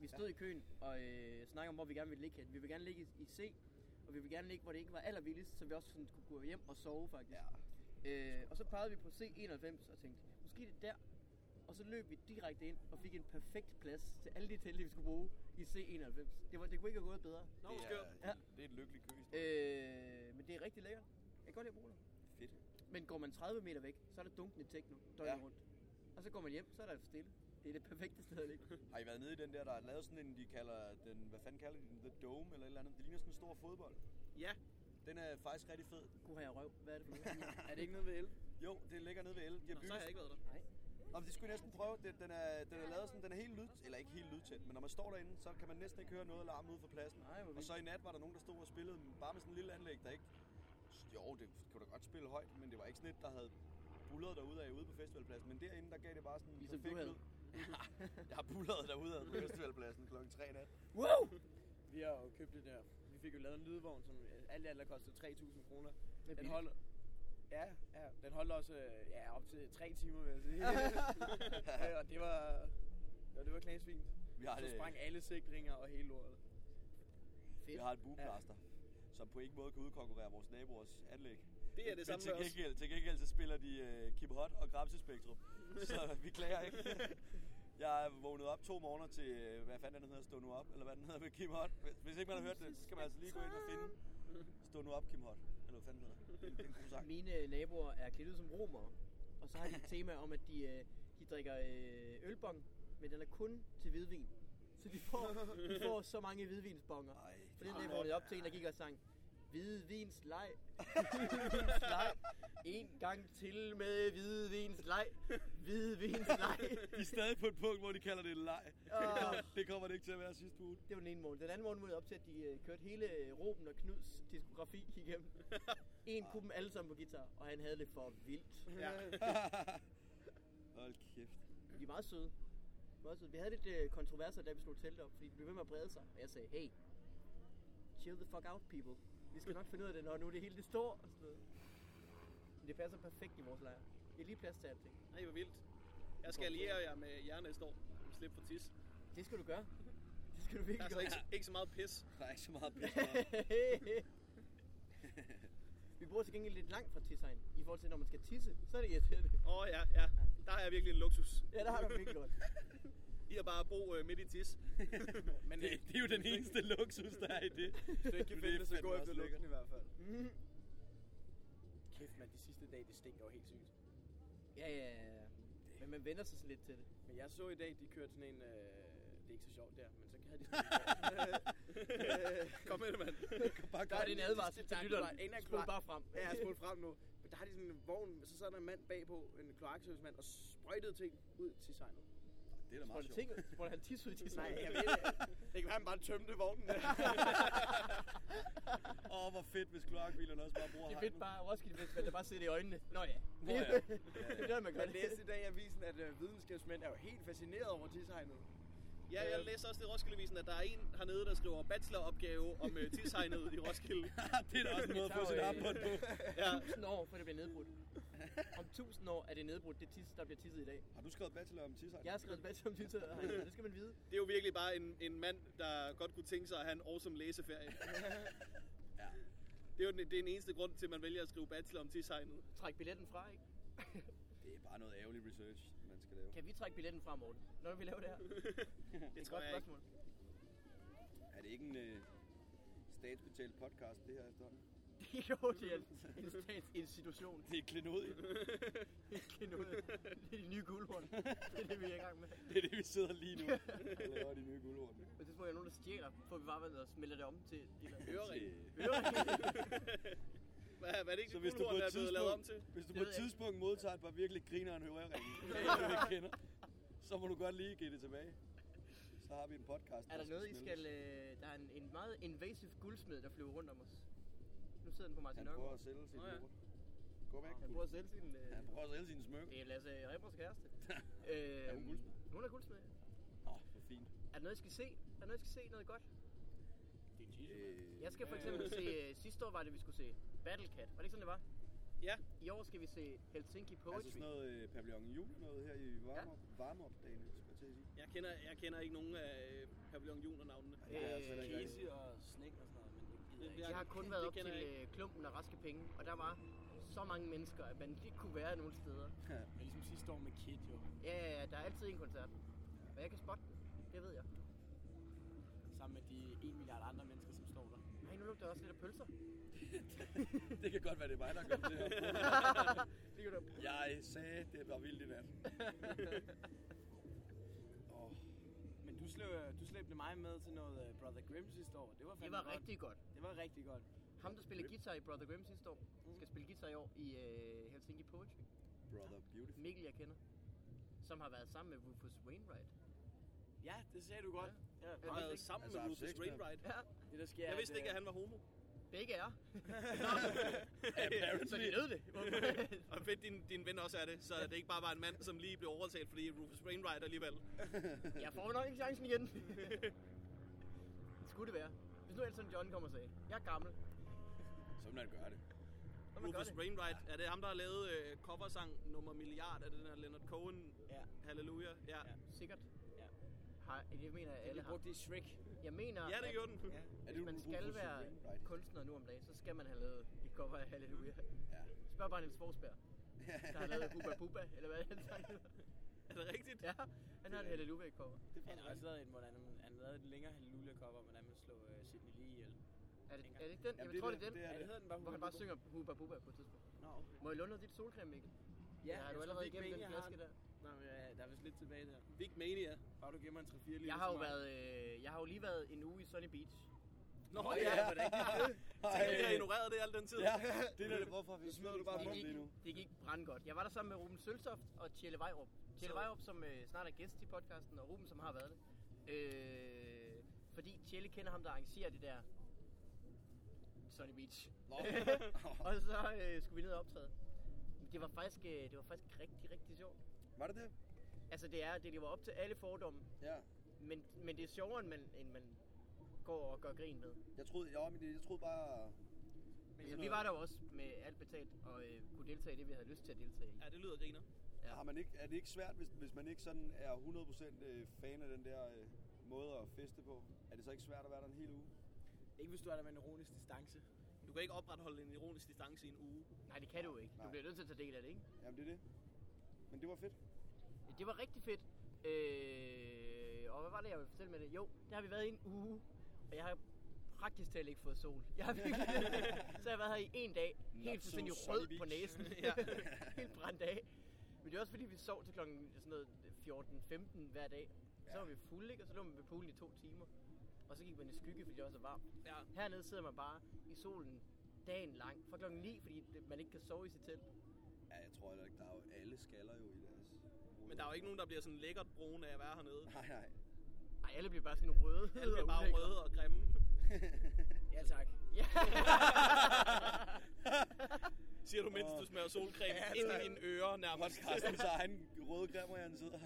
[SPEAKER 1] Vi stod i køen og øh, snakkede om, hvor vi gerne ville ligge hen. Vi vil gerne ligge i, i C, og vi vil gerne ligge, hvor det ikke var allervildest, så vi også sådan kunne gå hjem og sove faktisk.
[SPEAKER 4] ja.
[SPEAKER 1] Øh, og så pegede vi på C91 og tænkte, måske det er der. Og så løb vi direkte ind og fik en perfekt plads til alle de telte, vi skulle bruge i C91. Det, var, det kunne ikke have gået bedre.
[SPEAKER 3] Nå, hvor
[SPEAKER 4] Det er,
[SPEAKER 3] skørt.
[SPEAKER 4] en-
[SPEAKER 1] Ja.
[SPEAKER 4] det er en lykkelig kø.
[SPEAKER 1] Øh, men det er rigtig lækkert. Jeg kan godt lide at bruge det.
[SPEAKER 4] Fedt.
[SPEAKER 1] Men går man 30 meter væk, så er der dunkende techno døgnet
[SPEAKER 4] Ja.
[SPEAKER 1] ja. rundt. Og så går man hjem, så er der stille. Det er det perfekte sted at *laughs* ligge.
[SPEAKER 4] Har I været nede i den der, der er lavet sådan en, de kalder den, hvad fanden kalder de den, The Dome eller et eller andet? Det ligner sådan en stor fodbold.
[SPEAKER 3] Ja.
[SPEAKER 4] Den er faktisk rigtig fed.
[SPEAKER 1] Kunne have røv. Hvad *laughs* er det for noget?
[SPEAKER 2] Er det ikke noget ved el?
[SPEAKER 4] Jo, det ligger nede ved El. De har
[SPEAKER 3] Nå, så har jeg
[SPEAKER 4] bygget
[SPEAKER 3] ikke været der.
[SPEAKER 4] Nå, men det skulle jeg næsten prøve. Den, den, er, den er lavet sådan, den er helt lyd, eller ikke helt lydtæt, men når man står derinde, så kan man næsten ikke høre noget alarm ude fra pladsen.
[SPEAKER 1] Nej, hvor
[SPEAKER 4] Og
[SPEAKER 1] vildt.
[SPEAKER 4] så i nat var der nogen, der stod og spillede men bare med sådan en lille anlæg, der ikke... Jo, det kunne da godt spille højt, men det var ikke sådan et, der havde bullet derude af ude på festivalpladsen. Men derinde, der gav det bare sådan en
[SPEAKER 1] Ligesom du
[SPEAKER 4] perfekt
[SPEAKER 1] havde.
[SPEAKER 4] lyd. *laughs* Ja, jeg har bullet derude af på festivalpladsen klokken 3 nat.
[SPEAKER 1] Wow!
[SPEAKER 2] Vi har jo købt det der. Vi fik jo lavet en lydvogn, som øh, alt i alt har kostet 3.000 kroner.
[SPEAKER 1] Det
[SPEAKER 2] Den
[SPEAKER 1] er
[SPEAKER 2] holder... Ja, ja. Den holdt også øh, ja, op til 3 timer, vil jeg *laughs* sige. Ja, og det var... Ja, det var knasfint.
[SPEAKER 4] Vi har,
[SPEAKER 2] Så
[SPEAKER 4] et,
[SPEAKER 2] sprang alle sikringer og hele lortet.
[SPEAKER 4] vi har et bueplaster, som på ingen måde kan udkonkurrere vores naboers anlæg.
[SPEAKER 3] Det er det samme med
[SPEAKER 4] men til
[SPEAKER 3] os.
[SPEAKER 4] gengæld, til gengæld så spiller de uh, Kim Hot og Gramse
[SPEAKER 3] *laughs*
[SPEAKER 4] Spektrum. så vi klager ikke. *laughs* Jeg er vågnet op to morgener til, øh, hvad fanden er den hedder, Stå Nu Op, eller hvad den hedder med Kim Hot. Hvis, hvis ikke man har hørt det, så skal man altså lige gå ind og finde Stå Nu Op Kim Hot, eller hvad fanden den hedder. Det, det er en god sang.
[SPEAKER 1] Mine naboer er klædt ud som romere. Og så har de et tema om, at de, øh, de drikker øh, ølbong, men den er kun til hvidvin. Så de får, de får så mange hvidvinsbonger.
[SPEAKER 4] Ej, *laughs*
[SPEAKER 1] For den dag vågnede jeg op til en, der gik og sang Hvidvinslej, hvidvinslej, en gang til med hvidvinslej,
[SPEAKER 3] *laughs*
[SPEAKER 1] hvidvinslej.
[SPEAKER 4] de er stadig på et punkt, hvor de kalder det en leg.
[SPEAKER 1] Åh.
[SPEAKER 4] Det kommer det ikke til at være sidste uge. *laughs*
[SPEAKER 1] Det var den ene morgen. Den anden morgen vågnede jeg op til, at de øh, kørte hele øh, Ruben og Knuds diskografi igennem. En kunne dem alle sammen på guitar, og han havde det for vildt.
[SPEAKER 3] *laughs* Ja.
[SPEAKER 4] Hold kæft.
[SPEAKER 1] De er meget søde. Meget søde. Vi havde lidt øh, kontroverser, da vi slog teltet op, fordi de blev ved med at brede sig. Og jeg sagde, hey, chill the fuck out, people. Vi skal nok finde ud af det, når nu det hele det står. Og sådan noget. Men det passer perfekt i vores lejr. Det er lige plads til alting.
[SPEAKER 3] Nej, hvor vildt. Jeg skal alliere jer med jer næste år. Slip for tis.
[SPEAKER 1] Det skal du gøre. Det skal du
[SPEAKER 3] Der er
[SPEAKER 1] virkelig
[SPEAKER 3] altså
[SPEAKER 1] gøre.
[SPEAKER 3] ikke, ikke så meget pis.
[SPEAKER 4] Der er ikke så meget pisse. meget.
[SPEAKER 1] *laughs* Vi bor til gengæld lidt langt fra tissegn. I forhold til, når man skal tisse, så er det irriterende. *laughs*
[SPEAKER 3] Åh oh, ja, ja. Der er jeg virkelig en luksus.
[SPEAKER 1] Ja, der har du virkelig godt.
[SPEAKER 3] *laughs* I har bare bo øh, midt i tis.
[SPEAKER 4] *laughs*
[SPEAKER 2] Men det,
[SPEAKER 4] det er jo den eneste luksus, der er i øh, det.
[SPEAKER 2] *laughs* det ikke kan
[SPEAKER 4] Det er
[SPEAKER 2] finde, så
[SPEAKER 4] fandme
[SPEAKER 2] gå
[SPEAKER 4] også
[SPEAKER 2] efter
[SPEAKER 4] lækkert.
[SPEAKER 2] lugten i hvert fald.
[SPEAKER 1] Mhm.
[SPEAKER 2] Kæft, mand, de sidste dage, det stinker jo helt sygt.
[SPEAKER 1] Ja, ja, ja. Men man vender sig sådan lidt til det.
[SPEAKER 2] Men jeg så i dag, de kørte sådan en... Øh, det er ikke så sjovt der, men så havde de... sådan en-
[SPEAKER 3] Kom med det, mand.
[SPEAKER 4] Bare
[SPEAKER 1] Der er det en advarsel
[SPEAKER 2] det-
[SPEAKER 1] til
[SPEAKER 2] der er bare en
[SPEAKER 1] lytteren.
[SPEAKER 2] af
[SPEAKER 1] Spol
[SPEAKER 2] klar-
[SPEAKER 1] bare frem.
[SPEAKER 2] Ja, jeg har
[SPEAKER 1] *laughs*
[SPEAKER 2] spurgt frem nu. Men der har de sådan en vogn, og så sad der en mand bagpå, en kloaksøgsmand, og sprøjtede ting ud til sejlet.
[SPEAKER 4] Det er da
[SPEAKER 1] Spol
[SPEAKER 4] meget sjovt.
[SPEAKER 1] ting, spol han tisse ud *laughs* i tissegn.
[SPEAKER 2] Nej, jeg ved det. Det kan være, han bare tømte vognen.
[SPEAKER 4] Åh, hvor fedt, hvis kloakbilerne også bare bruger
[SPEAKER 1] Det er fedt bare, Roskilde Festival, der bare sidder i øjnene. Nå ja.
[SPEAKER 4] Nå
[SPEAKER 1] *laughs*
[SPEAKER 4] ja.
[SPEAKER 1] Det er der, man gør
[SPEAKER 2] Jeg
[SPEAKER 1] det.
[SPEAKER 2] læste
[SPEAKER 1] *laughs*
[SPEAKER 2] i dag i avisen, at øh, videnskabsmænd er jo helt fascineret over tishegnet.
[SPEAKER 3] Ja, jeg læser også det i Roskildevisen, at der er en hernede, der skriver bacheloropgave om øh, tishegnet i Roskilde.
[SPEAKER 4] *laughs* *laughs* det er da også en måde at få sit armbånd på.
[SPEAKER 3] Ja.
[SPEAKER 1] 1000 år, før det bliver nedbrudt. Om 1000 år er det nedbrudt, det tis, der bliver tisset i dag.
[SPEAKER 4] *laughs* Har du skrevet bachelor om tissejl?
[SPEAKER 1] Jeg har skrevet bachelor om tisset, og det skal man vide.
[SPEAKER 3] Det er jo virkelig bare en, en mand, der godt kunne tænke sig at have en awesome læseferie. Det er jo den, det er den eneste grund til, at man vælger at skrive bachelor om tishegnet.
[SPEAKER 1] Træk billetten fra, ikke?
[SPEAKER 4] Det er bare noget ærgerlig research, man skal lave.
[SPEAKER 1] Kan vi trække billetten fra, Morten? Når vi laver det her? Det
[SPEAKER 3] Det
[SPEAKER 1] er et
[SPEAKER 3] tror
[SPEAKER 1] godt
[SPEAKER 3] jeg ikke.
[SPEAKER 1] spørgsmål. *laughs*
[SPEAKER 4] Er det ikke en øh, statsbetalt podcast, det her efterhånden?
[SPEAKER 1] Det er jo det er en statsinstitution.
[SPEAKER 4] Det er klenod.
[SPEAKER 1] Ikke noget. Det er de nye guldhorn. *laughs* Det er det, vi er i gang med.
[SPEAKER 4] Det er det, vi sidder lige *laughs* nu og laver de nye guldhorn.
[SPEAKER 1] På det tidspunkt er der nogen, der stjæler, får vi varmet og smelter det om til et eller andet.
[SPEAKER 3] Ørerig. *laughs* Hvad, hvad er det ikke,
[SPEAKER 4] Så
[SPEAKER 3] det
[SPEAKER 4] hvis du på
[SPEAKER 3] guldhorn, der
[SPEAKER 4] et
[SPEAKER 3] er blevet lavet om
[SPEAKER 4] tidspunkt,
[SPEAKER 3] til?
[SPEAKER 4] hvis du
[SPEAKER 1] Det
[SPEAKER 4] på
[SPEAKER 1] ved
[SPEAKER 4] et
[SPEAKER 1] jeg
[SPEAKER 4] tidspunkt modtager et par virkelig grineren
[SPEAKER 3] *laughs*
[SPEAKER 4] højreringe, som du ikke kender, så må du godt lige give det tilbage. Så har vi en podcast.
[SPEAKER 1] Er der
[SPEAKER 4] skal
[SPEAKER 1] noget, I
[SPEAKER 4] smeltes.
[SPEAKER 1] skal... Øh, der er en, en meget invasiv guldsmed, der flyver rundt om os. Nu sidder den på Martin
[SPEAKER 4] Han prøver
[SPEAKER 1] Nørgaard.
[SPEAKER 4] at sælge sit
[SPEAKER 3] Nå ja.
[SPEAKER 4] jord. Gå væk.
[SPEAKER 1] Han bruger selv sin... Øh,
[SPEAKER 4] Han prøver at sælge sine smykker.
[SPEAKER 1] det er Lasse Rebros kæreste. øh,
[SPEAKER 4] *laughs* Er hun guldsmed?
[SPEAKER 1] Hun er guldsmed.
[SPEAKER 4] Nå, hvor fint.
[SPEAKER 1] Er der noget, I skal se? Er der noget, I skal se noget godt?
[SPEAKER 4] Øh,
[SPEAKER 1] Jeg skal for eksempel se... Øh, sidste år var det, vi skulle se Battle Cat. Var det ikke sådan, det var?
[SPEAKER 3] Ja.
[SPEAKER 1] I år skal vi se Helsinki Poetry.
[SPEAKER 4] altså sådan noget øh, pavillon jul noget her i varmop, varmopdagene, skulle jeg til at sige.
[SPEAKER 1] *laughs*
[SPEAKER 3] Jeg kender, jeg kender ikke nogen af øh, Pavillon Junior-navnene.
[SPEAKER 4] Ej, det er altså
[SPEAKER 1] Øh,
[SPEAKER 4] heller ikke rigtigt.
[SPEAKER 2] og slik og sådan noget, men det gider
[SPEAKER 3] jeg
[SPEAKER 1] Jeg har kun været
[SPEAKER 3] Det
[SPEAKER 1] op til
[SPEAKER 3] kender jeg
[SPEAKER 1] øh, klumpen af raske penge, og der var så mange mennesker, at man ikke kunne være nogen steder.
[SPEAKER 2] Men ligesom sidste år med Kid jo.
[SPEAKER 1] Ja, ja, ja, der er altid en koncert. Og jeg kan spotte den. Det ved jeg.
[SPEAKER 2] Sammen med de 1 milliard andre mennesker, som står der.
[SPEAKER 1] Nej, nu lugter der også lidt af *laughs* pølser.
[SPEAKER 4] Det kan godt være, det er mig, der gør det her.
[SPEAKER 1] Det kan du.
[SPEAKER 4] Jeg sagde, det var vildt i nat. Åh,
[SPEAKER 2] Men du, sløb, du slæbte mig med til noget øh, Brother Grimm sidste år. Det var fandme
[SPEAKER 1] Det var
[SPEAKER 2] godt.
[SPEAKER 1] rigtig godt.
[SPEAKER 2] Det var rigtig godt.
[SPEAKER 1] Ham, der spiller guitar i Brother Grimm sidste år, skal spille guitar i år i øh, Helsinki Poetry.
[SPEAKER 4] brother beautiful.
[SPEAKER 1] Mikkel, jeg kender. Som har været sammen med Rufus Wainwright.
[SPEAKER 2] Ja, det sagde du godt. Ja.
[SPEAKER 3] Han har været sammen
[SPEAKER 4] Altså,
[SPEAKER 3] med
[SPEAKER 4] haft
[SPEAKER 3] Rufus
[SPEAKER 4] sex med ham.
[SPEAKER 3] Wainwright.
[SPEAKER 1] Ja,
[SPEAKER 2] Det der sker,
[SPEAKER 3] Jeg vidste
[SPEAKER 2] at,
[SPEAKER 3] ikke,
[SPEAKER 2] øh,
[SPEAKER 3] at han var homo.
[SPEAKER 1] begge er. Så de
[SPEAKER 4] *laughs* Apparently.
[SPEAKER 1] ved det.
[SPEAKER 4] *laughs*
[SPEAKER 3] Og fedt, din, din ven også er det, så det ikke bare var en mand, som lige blev overtalt, fordi Rufus Wainwright alligevel.
[SPEAKER 1] Jeg får nok ikke chancen igen. Skulle det være. Hvis nu Elton John kommer og sagde, jeg er gammel.
[SPEAKER 4] Sådan han gør det.
[SPEAKER 1] Og man gør
[SPEAKER 3] Rufus
[SPEAKER 1] det.
[SPEAKER 3] Wainwright, er det ham, der har lavet øh, coversang nummer milliard? Er det den her Leonard Cohen?
[SPEAKER 2] Ja.
[SPEAKER 3] Halleluja. Ja, ja.
[SPEAKER 1] Sikkert.
[SPEAKER 2] Ja.
[SPEAKER 1] Har, det mener jeg, alle
[SPEAKER 2] Det
[SPEAKER 1] har.
[SPEAKER 2] brugte i Shrek.
[SPEAKER 1] Jeg mener,
[SPEAKER 3] ja det
[SPEAKER 1] at
[SPEAKER 3] gjorde den. Ja.
[SPEAKER 4] Er
[SPEAKER 1] hvis
[SPEAKER 4] det
[SPEAKER 1] man
[SPEAKER 4] Rufus
[SPEAKER 1] skal være
[SPEAKER 4] Wainwright? *laughs*
[SPEAKER 1] kunstner nu om dagen, så skal man have lavet et cover af *laughs* Halleluja.
[SPEAKER 4] Ja.
[SPEAKER 1] Spørg bare Niels Forsberg, der har lavet Hubba Bubba, eller hvad han sang hedder.
[SPEAKER 3] Er det rigtigt?
[SPEAKER 1] Ja, han har et Halleluja cover.
[SPEAKER 4] Det er
[SPEAKER 2] Han har også
[SPEAKER 4] faktisk
[SPEAKER 2] lavet en, hvordan han, han lavede et længere Halleluja-cover, om hvordan man slog uh, Sidney Lee ihjel.
[SPEAKER 1] Er det, er det ikke den?
[SPEAKER 4] Jamen,
[SPEAKER 1] jeg
[SPEAKER 4] det
[SPEAKER 1] tror,
[SPEAKER 4] er
[SPEAKER 1] det er
[SPEAKER 4] det.
[SPEAKER 1] den,
[SPEAKER 4] Det
[SPEAKER 2] Ja,
[SPEAKER 4] er
[SPEAKER 2] det hedder den bare
[SPEAKER 1] hvor han
[SPEAKER 2] Hubba
[SPEAKER 1] bare synger Hubba Bubba på et tidspunkt.
[SPEAKER 2] Bubba. Nå, okay.
[SPEAKER 1] Må jeg låne noget dit solcreme, Mikkel?
[SPEAKER 2] Ja,
[SPEAKER 1] har
[SPEAKER 2] jeg
[SPEAKER 1] du
[SPEAKER 2] tror,
[SPEAKER 1] allerede
[SPEAKER 2] Big
[SPEAKER 1] igennem
[SPEAKER 2] Bang,
[SPEAKER 1] den
[SPEAKER 2] jeg har
[SPEAKER 1] flaske der?
[SPEAKER 2] Nå, men, øh, der er vist lidt tilbage der.
[SPEAKER 3] Big Mania.
[SPEAKER 2] Bare du gemmer en 3-4 liter.
[SPEAKER 1] Jeg har jo været, øh, jeg har jo lige været en uge i Sunny Beach.
[SPEAKER 3] Nå ja, ja. hvordan
[SPEAKER 4] *laughs* Ej,
[SPEAKER 3] Jeg har ignoreret det al den tid.
[SPEAKER 4] ja, *laughs* det er det, hvorfor vi smider du bare
[SPEAKER 1] Det
[SPEAKER 4] rundt
[SPEAKER 1] gik,
[SPEAKER 4] lige nu.
[SPEAKER 1] det gik brandgodt. Jeg var der sammen med Ruben Søltoft og Tjelle Vejrup. Tjelle
[SPEAKER 3] Så-
[SPEAKER 1] Vejrup, som øh, snart er gæst i podcasten, og Ruben, som har været det. Øh, fordi Tjelle kender ham, der arrangerer det der Sunny Beach.
[SPEAKER 4] Nå.
[SPEAKER 1] *laughs* og så øh, skulle vi ned og optræde. Men Det var faktisk, øh, det var faktisk rigtig, rigtig sjovt.
[SPEAKER 4] Var det det?
[SPEAKER 1] Altså det er, det lever op til alle fordomme,
[SPEAKER 4] Ja.
[SPEAKER 1] men, men det er sjovere, end man, end man går og gør grin med.
[SPEAKER 4] Jeg troede, jeg, var, jeg troede bare...
[SPEAKER 2] Men
[SPEAKER 1] Altså, vi var der jo også med alt betalt, og øh, kunne deltage i det, vi havde lyst til at deltage i.
[SPEAKER 3] Ja, det lyder griner.
[SPEAKER 1] Ja.
[SPEAKER 4] Har man ikke, er det ikke svært, hvis, hvis man ikke sådan er 100% øh, fan af den der øh, måde at feste på? Er det så ikke svært at være der en hel uge?
[SPEAKER 2] Ikke hvis du er der med en ironisk distance.
[SPEAKER 3] Du kan ikke opretholde en ironisk distance i en uge.
[SPEAKER 1] Nej, det kan du jo ikke. Du
[SPEAKER 4] Nej.
[SPEAKER 1] bliver nødt til at tage del af det, ikke?
[SPEAKER 4] Jamen det er det. Men det var fedt.
[SPEAKER 1] Det var rigtig fedt. Øh, og hvad var det, jeg ville fortælle med det? Jo, der har vi været i en uge, og jeg har praktisk talt ikke fået sol. Jeg har virkelig Så har jeg været her i en dag, helt
[SPEAKER 4] so
[SPEAKER 1] fuldstændig
[SPEAKER 4] sunny
[SPEAKER 1] rød
[SPEAKER 4] beach.
[SPEAKER 1] på næsen.
[SPEAKER 3] Ja.
[SPEAKER 1] helt brændt af. Men det er også fordi, vi sov til klokken sådan noget 14-15 hver dag. Så var vi fulde, ikke? og så lå man ved poolen i to timer. Og så gik man i skygge, fordi det også var varmt.
[SPEAKER 3] Ja,
[SPEAKER 1] Hernede sidder man bare i solen dagen lang, fra klokken 9, fordi det- man ikke kan sove i sit telt.
[SPEAKER 4] Ja, jeg tror heller ikke, der er jo alle skaller jo i deres
[SPEAKER 3] men der er jo ikke nogen, der bliver sådan lækkert brune af at være hernede.
[SPEAKER 4] Nej, *laughs* nej.
[SPEAKER 1] Nej, alle bliver bare sådan røde.
[SPEAKER 3] Alle bliver
[SPEAKER 1] og
[SPEAKER 3] bare
[SPEAKER 1] ulækre.
[SPEAKER 3] røde og grimme.
[SPEAKER 2] Ja tak.
[SPEAKER 1] Ja.
[SPEAKER 4] *laughs*
[SPEAKER 3] Siger du, mens du smager solcreme
[SPEAKER 4] Ja, det
[SPEAKER 3] ind
[SPEAKER 4] er-
[SPEAKER 3] i dine ører nærmest.
[SPEAKER 4] Podcasten tager han røde grimmer, han sidder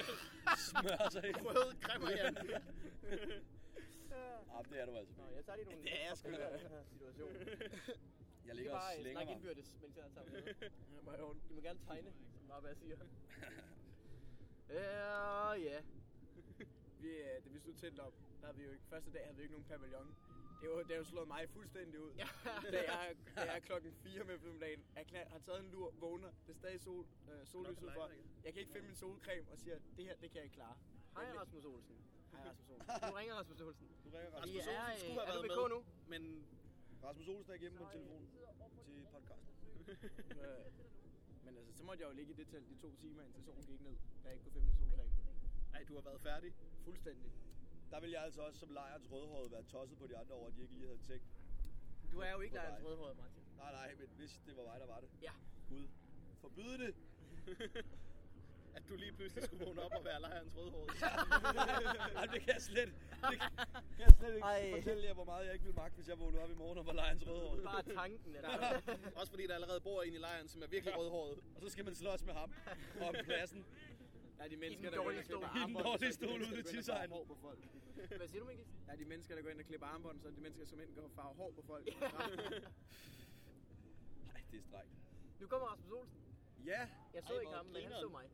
[SPEAKER 4] *laughs* og smører sig ind.
[SPEAKER 3] Røde grimmer, ja.
[SPEAKER 4] Ah, det er du altså.
[SPEAKER 1] *laughs* Nå, jeg
[SPEAKER 3] *laughs*
[SPEAKER 1] tager lige nogle
[SPEAKER 3] Det er sgu da.
[SPEAKER 1] situation.
[SPEAKER 4] Jeg
[SPEAKER 1] Jeg
[SPEAKER 4] ligger og
[SPEAKER 1] bare øh,
[SPEAKER 4] slænger
[SPEAKER 1] snakke
[SPEAKER 4] mig.
[SPEAKER 1] indbyrdes, mens jeg tager
[SPEAKER 3] *laughs*
[SPEAKER 1] med. I må gerne tegne, som bare hvad jeg siger. Ja, ja.
[SPEAKER 2] Vi, øh, da vi stod tæt op, der havde vi jo ikke, første dag havde vi jo ikke nogen pavillon. Det var, det har jo slået mig fuldstændig *laughs* ud. da, jeg, da jeg klokken 4 med eftermiddagen erklær, har taget en lur, vågner, det er stadig sol, øh, sollys ud for. Jeg kan ikke finde min solcreme og siger, det her, det kan jeg ikke klare. altså
[SPEAKER 1] Hej Rasmus Olsen.
[SPEAKER 2] Hej Rasmus Olsen.
[SPEAKER 1] Du ringer Rasmus Olsen.
[SPEAKER 4] Du ringer
[SPEAKER 1] Vi
[SPEAKER 3] Rasmus
[SPEAKER 4] Rasmus.
[SPEAKER 1] er, øh,
[SPEAKER 3] Olsen skulle have
[SPEAKER 1] er du
[SPEAKER 3] været
[SPEAKER 1] med
[SPEAKER 3] med.
[SPEAKER 1] nu?
[SPEAKER 3] Men *laughs*
[SPEAKER 4] Rasmus Olsen er hjemme på telefonen til podcasten.
[SPEAKER 2] Øh, men altså, så måtte jeg jo ligge i det telt i to timer, indtil solen gik ned, da jeg ikke kunne finde min solcreme.
[SPEAKER 3] nej, du har været færdig.
[SPEAKER 2] Fuldstændig.
[SPEAKER 4] Der ville jeg altså også som lejrens rødhåret være tosset på de andre over, at de ikke lige havde tænkt.
[SPEAKER 1] Du er jo ikke
[SPEAKER 4] Hvor
[SPEAKER 1] lejrens
[SPEAKER 4] dejligt.
[SPEAKER 1] rødhåret, Martin.
[SPEAKER 4] Nej, nej, men hvis det var mig, der var det.
[SPEAKER 1] Ja.
[SPEAKER 4] Gud, forbyde
[SPEAKER 1] *laughs*
[SPEAKER 4] det.
[SPEAKER 3] At du lige pludselig skulle vågne op og være lejerens rødhårede.
[SPEAKER 4] Ej, det kan jeg slet, det kan, kan jeg slet ikke
[SPEAKER 1] Ej.
[SPEAKER 4] Ej. fortælle jer, hvor meget jeg ikke ville magte, hvis jeg vågnede op i morgen og var lejrens rødhåret.
[SPEAKER 1] Bare tanken er der.
[SPEAKER 3] Også fordi der allerede bor en i lejren, som er virkelig rødhåret.
[SPEAKER 4] Og så skal man slås med ham om pladsen.
[SPEAKER 2] Der er de mennesker,
[SPEAKER 1] den
[SPEAKER 2] der går ind
[SPEAKER 1] dårlige
[SPEAKER 2] og klipper
[SPEAKER 1] stol. I den
[SPEAKER 2] armbånd.
[SPEAKER 4] dårlige
[SPEAKER 2] så er de
[SPEAKER 4] stol
[SPEAKER 2] mennesker, der går
[SPEAKER 4] ude ved
[SPEAKER 2] ind og
[SPEAKER 4] tissejren.
[SPEAKER 2] farver hår på folk.
[SPEAKER 1] Hvad siger du, Mikkel?
[SPEAKER 2] Der er de mennesker, der går ind og klipper armbånd, så er de mennesker, som ind går og farver hår på folk.
[SPEAKER 4] Nej, det er strengt.
[SPEAKER 1] Nu kommer Rasmus Olsen.
[SPEAKER 4] Ja,
[SPEAKER 1] Jeg så
[SPEAKER 3] Ej,
[SPEAKER 1] ikke
[SPEAKER 3] hvor
[SPEAKER 1] ham, men han
[SPEAKER 3] grineren.
[SPEAKER 1] så mig.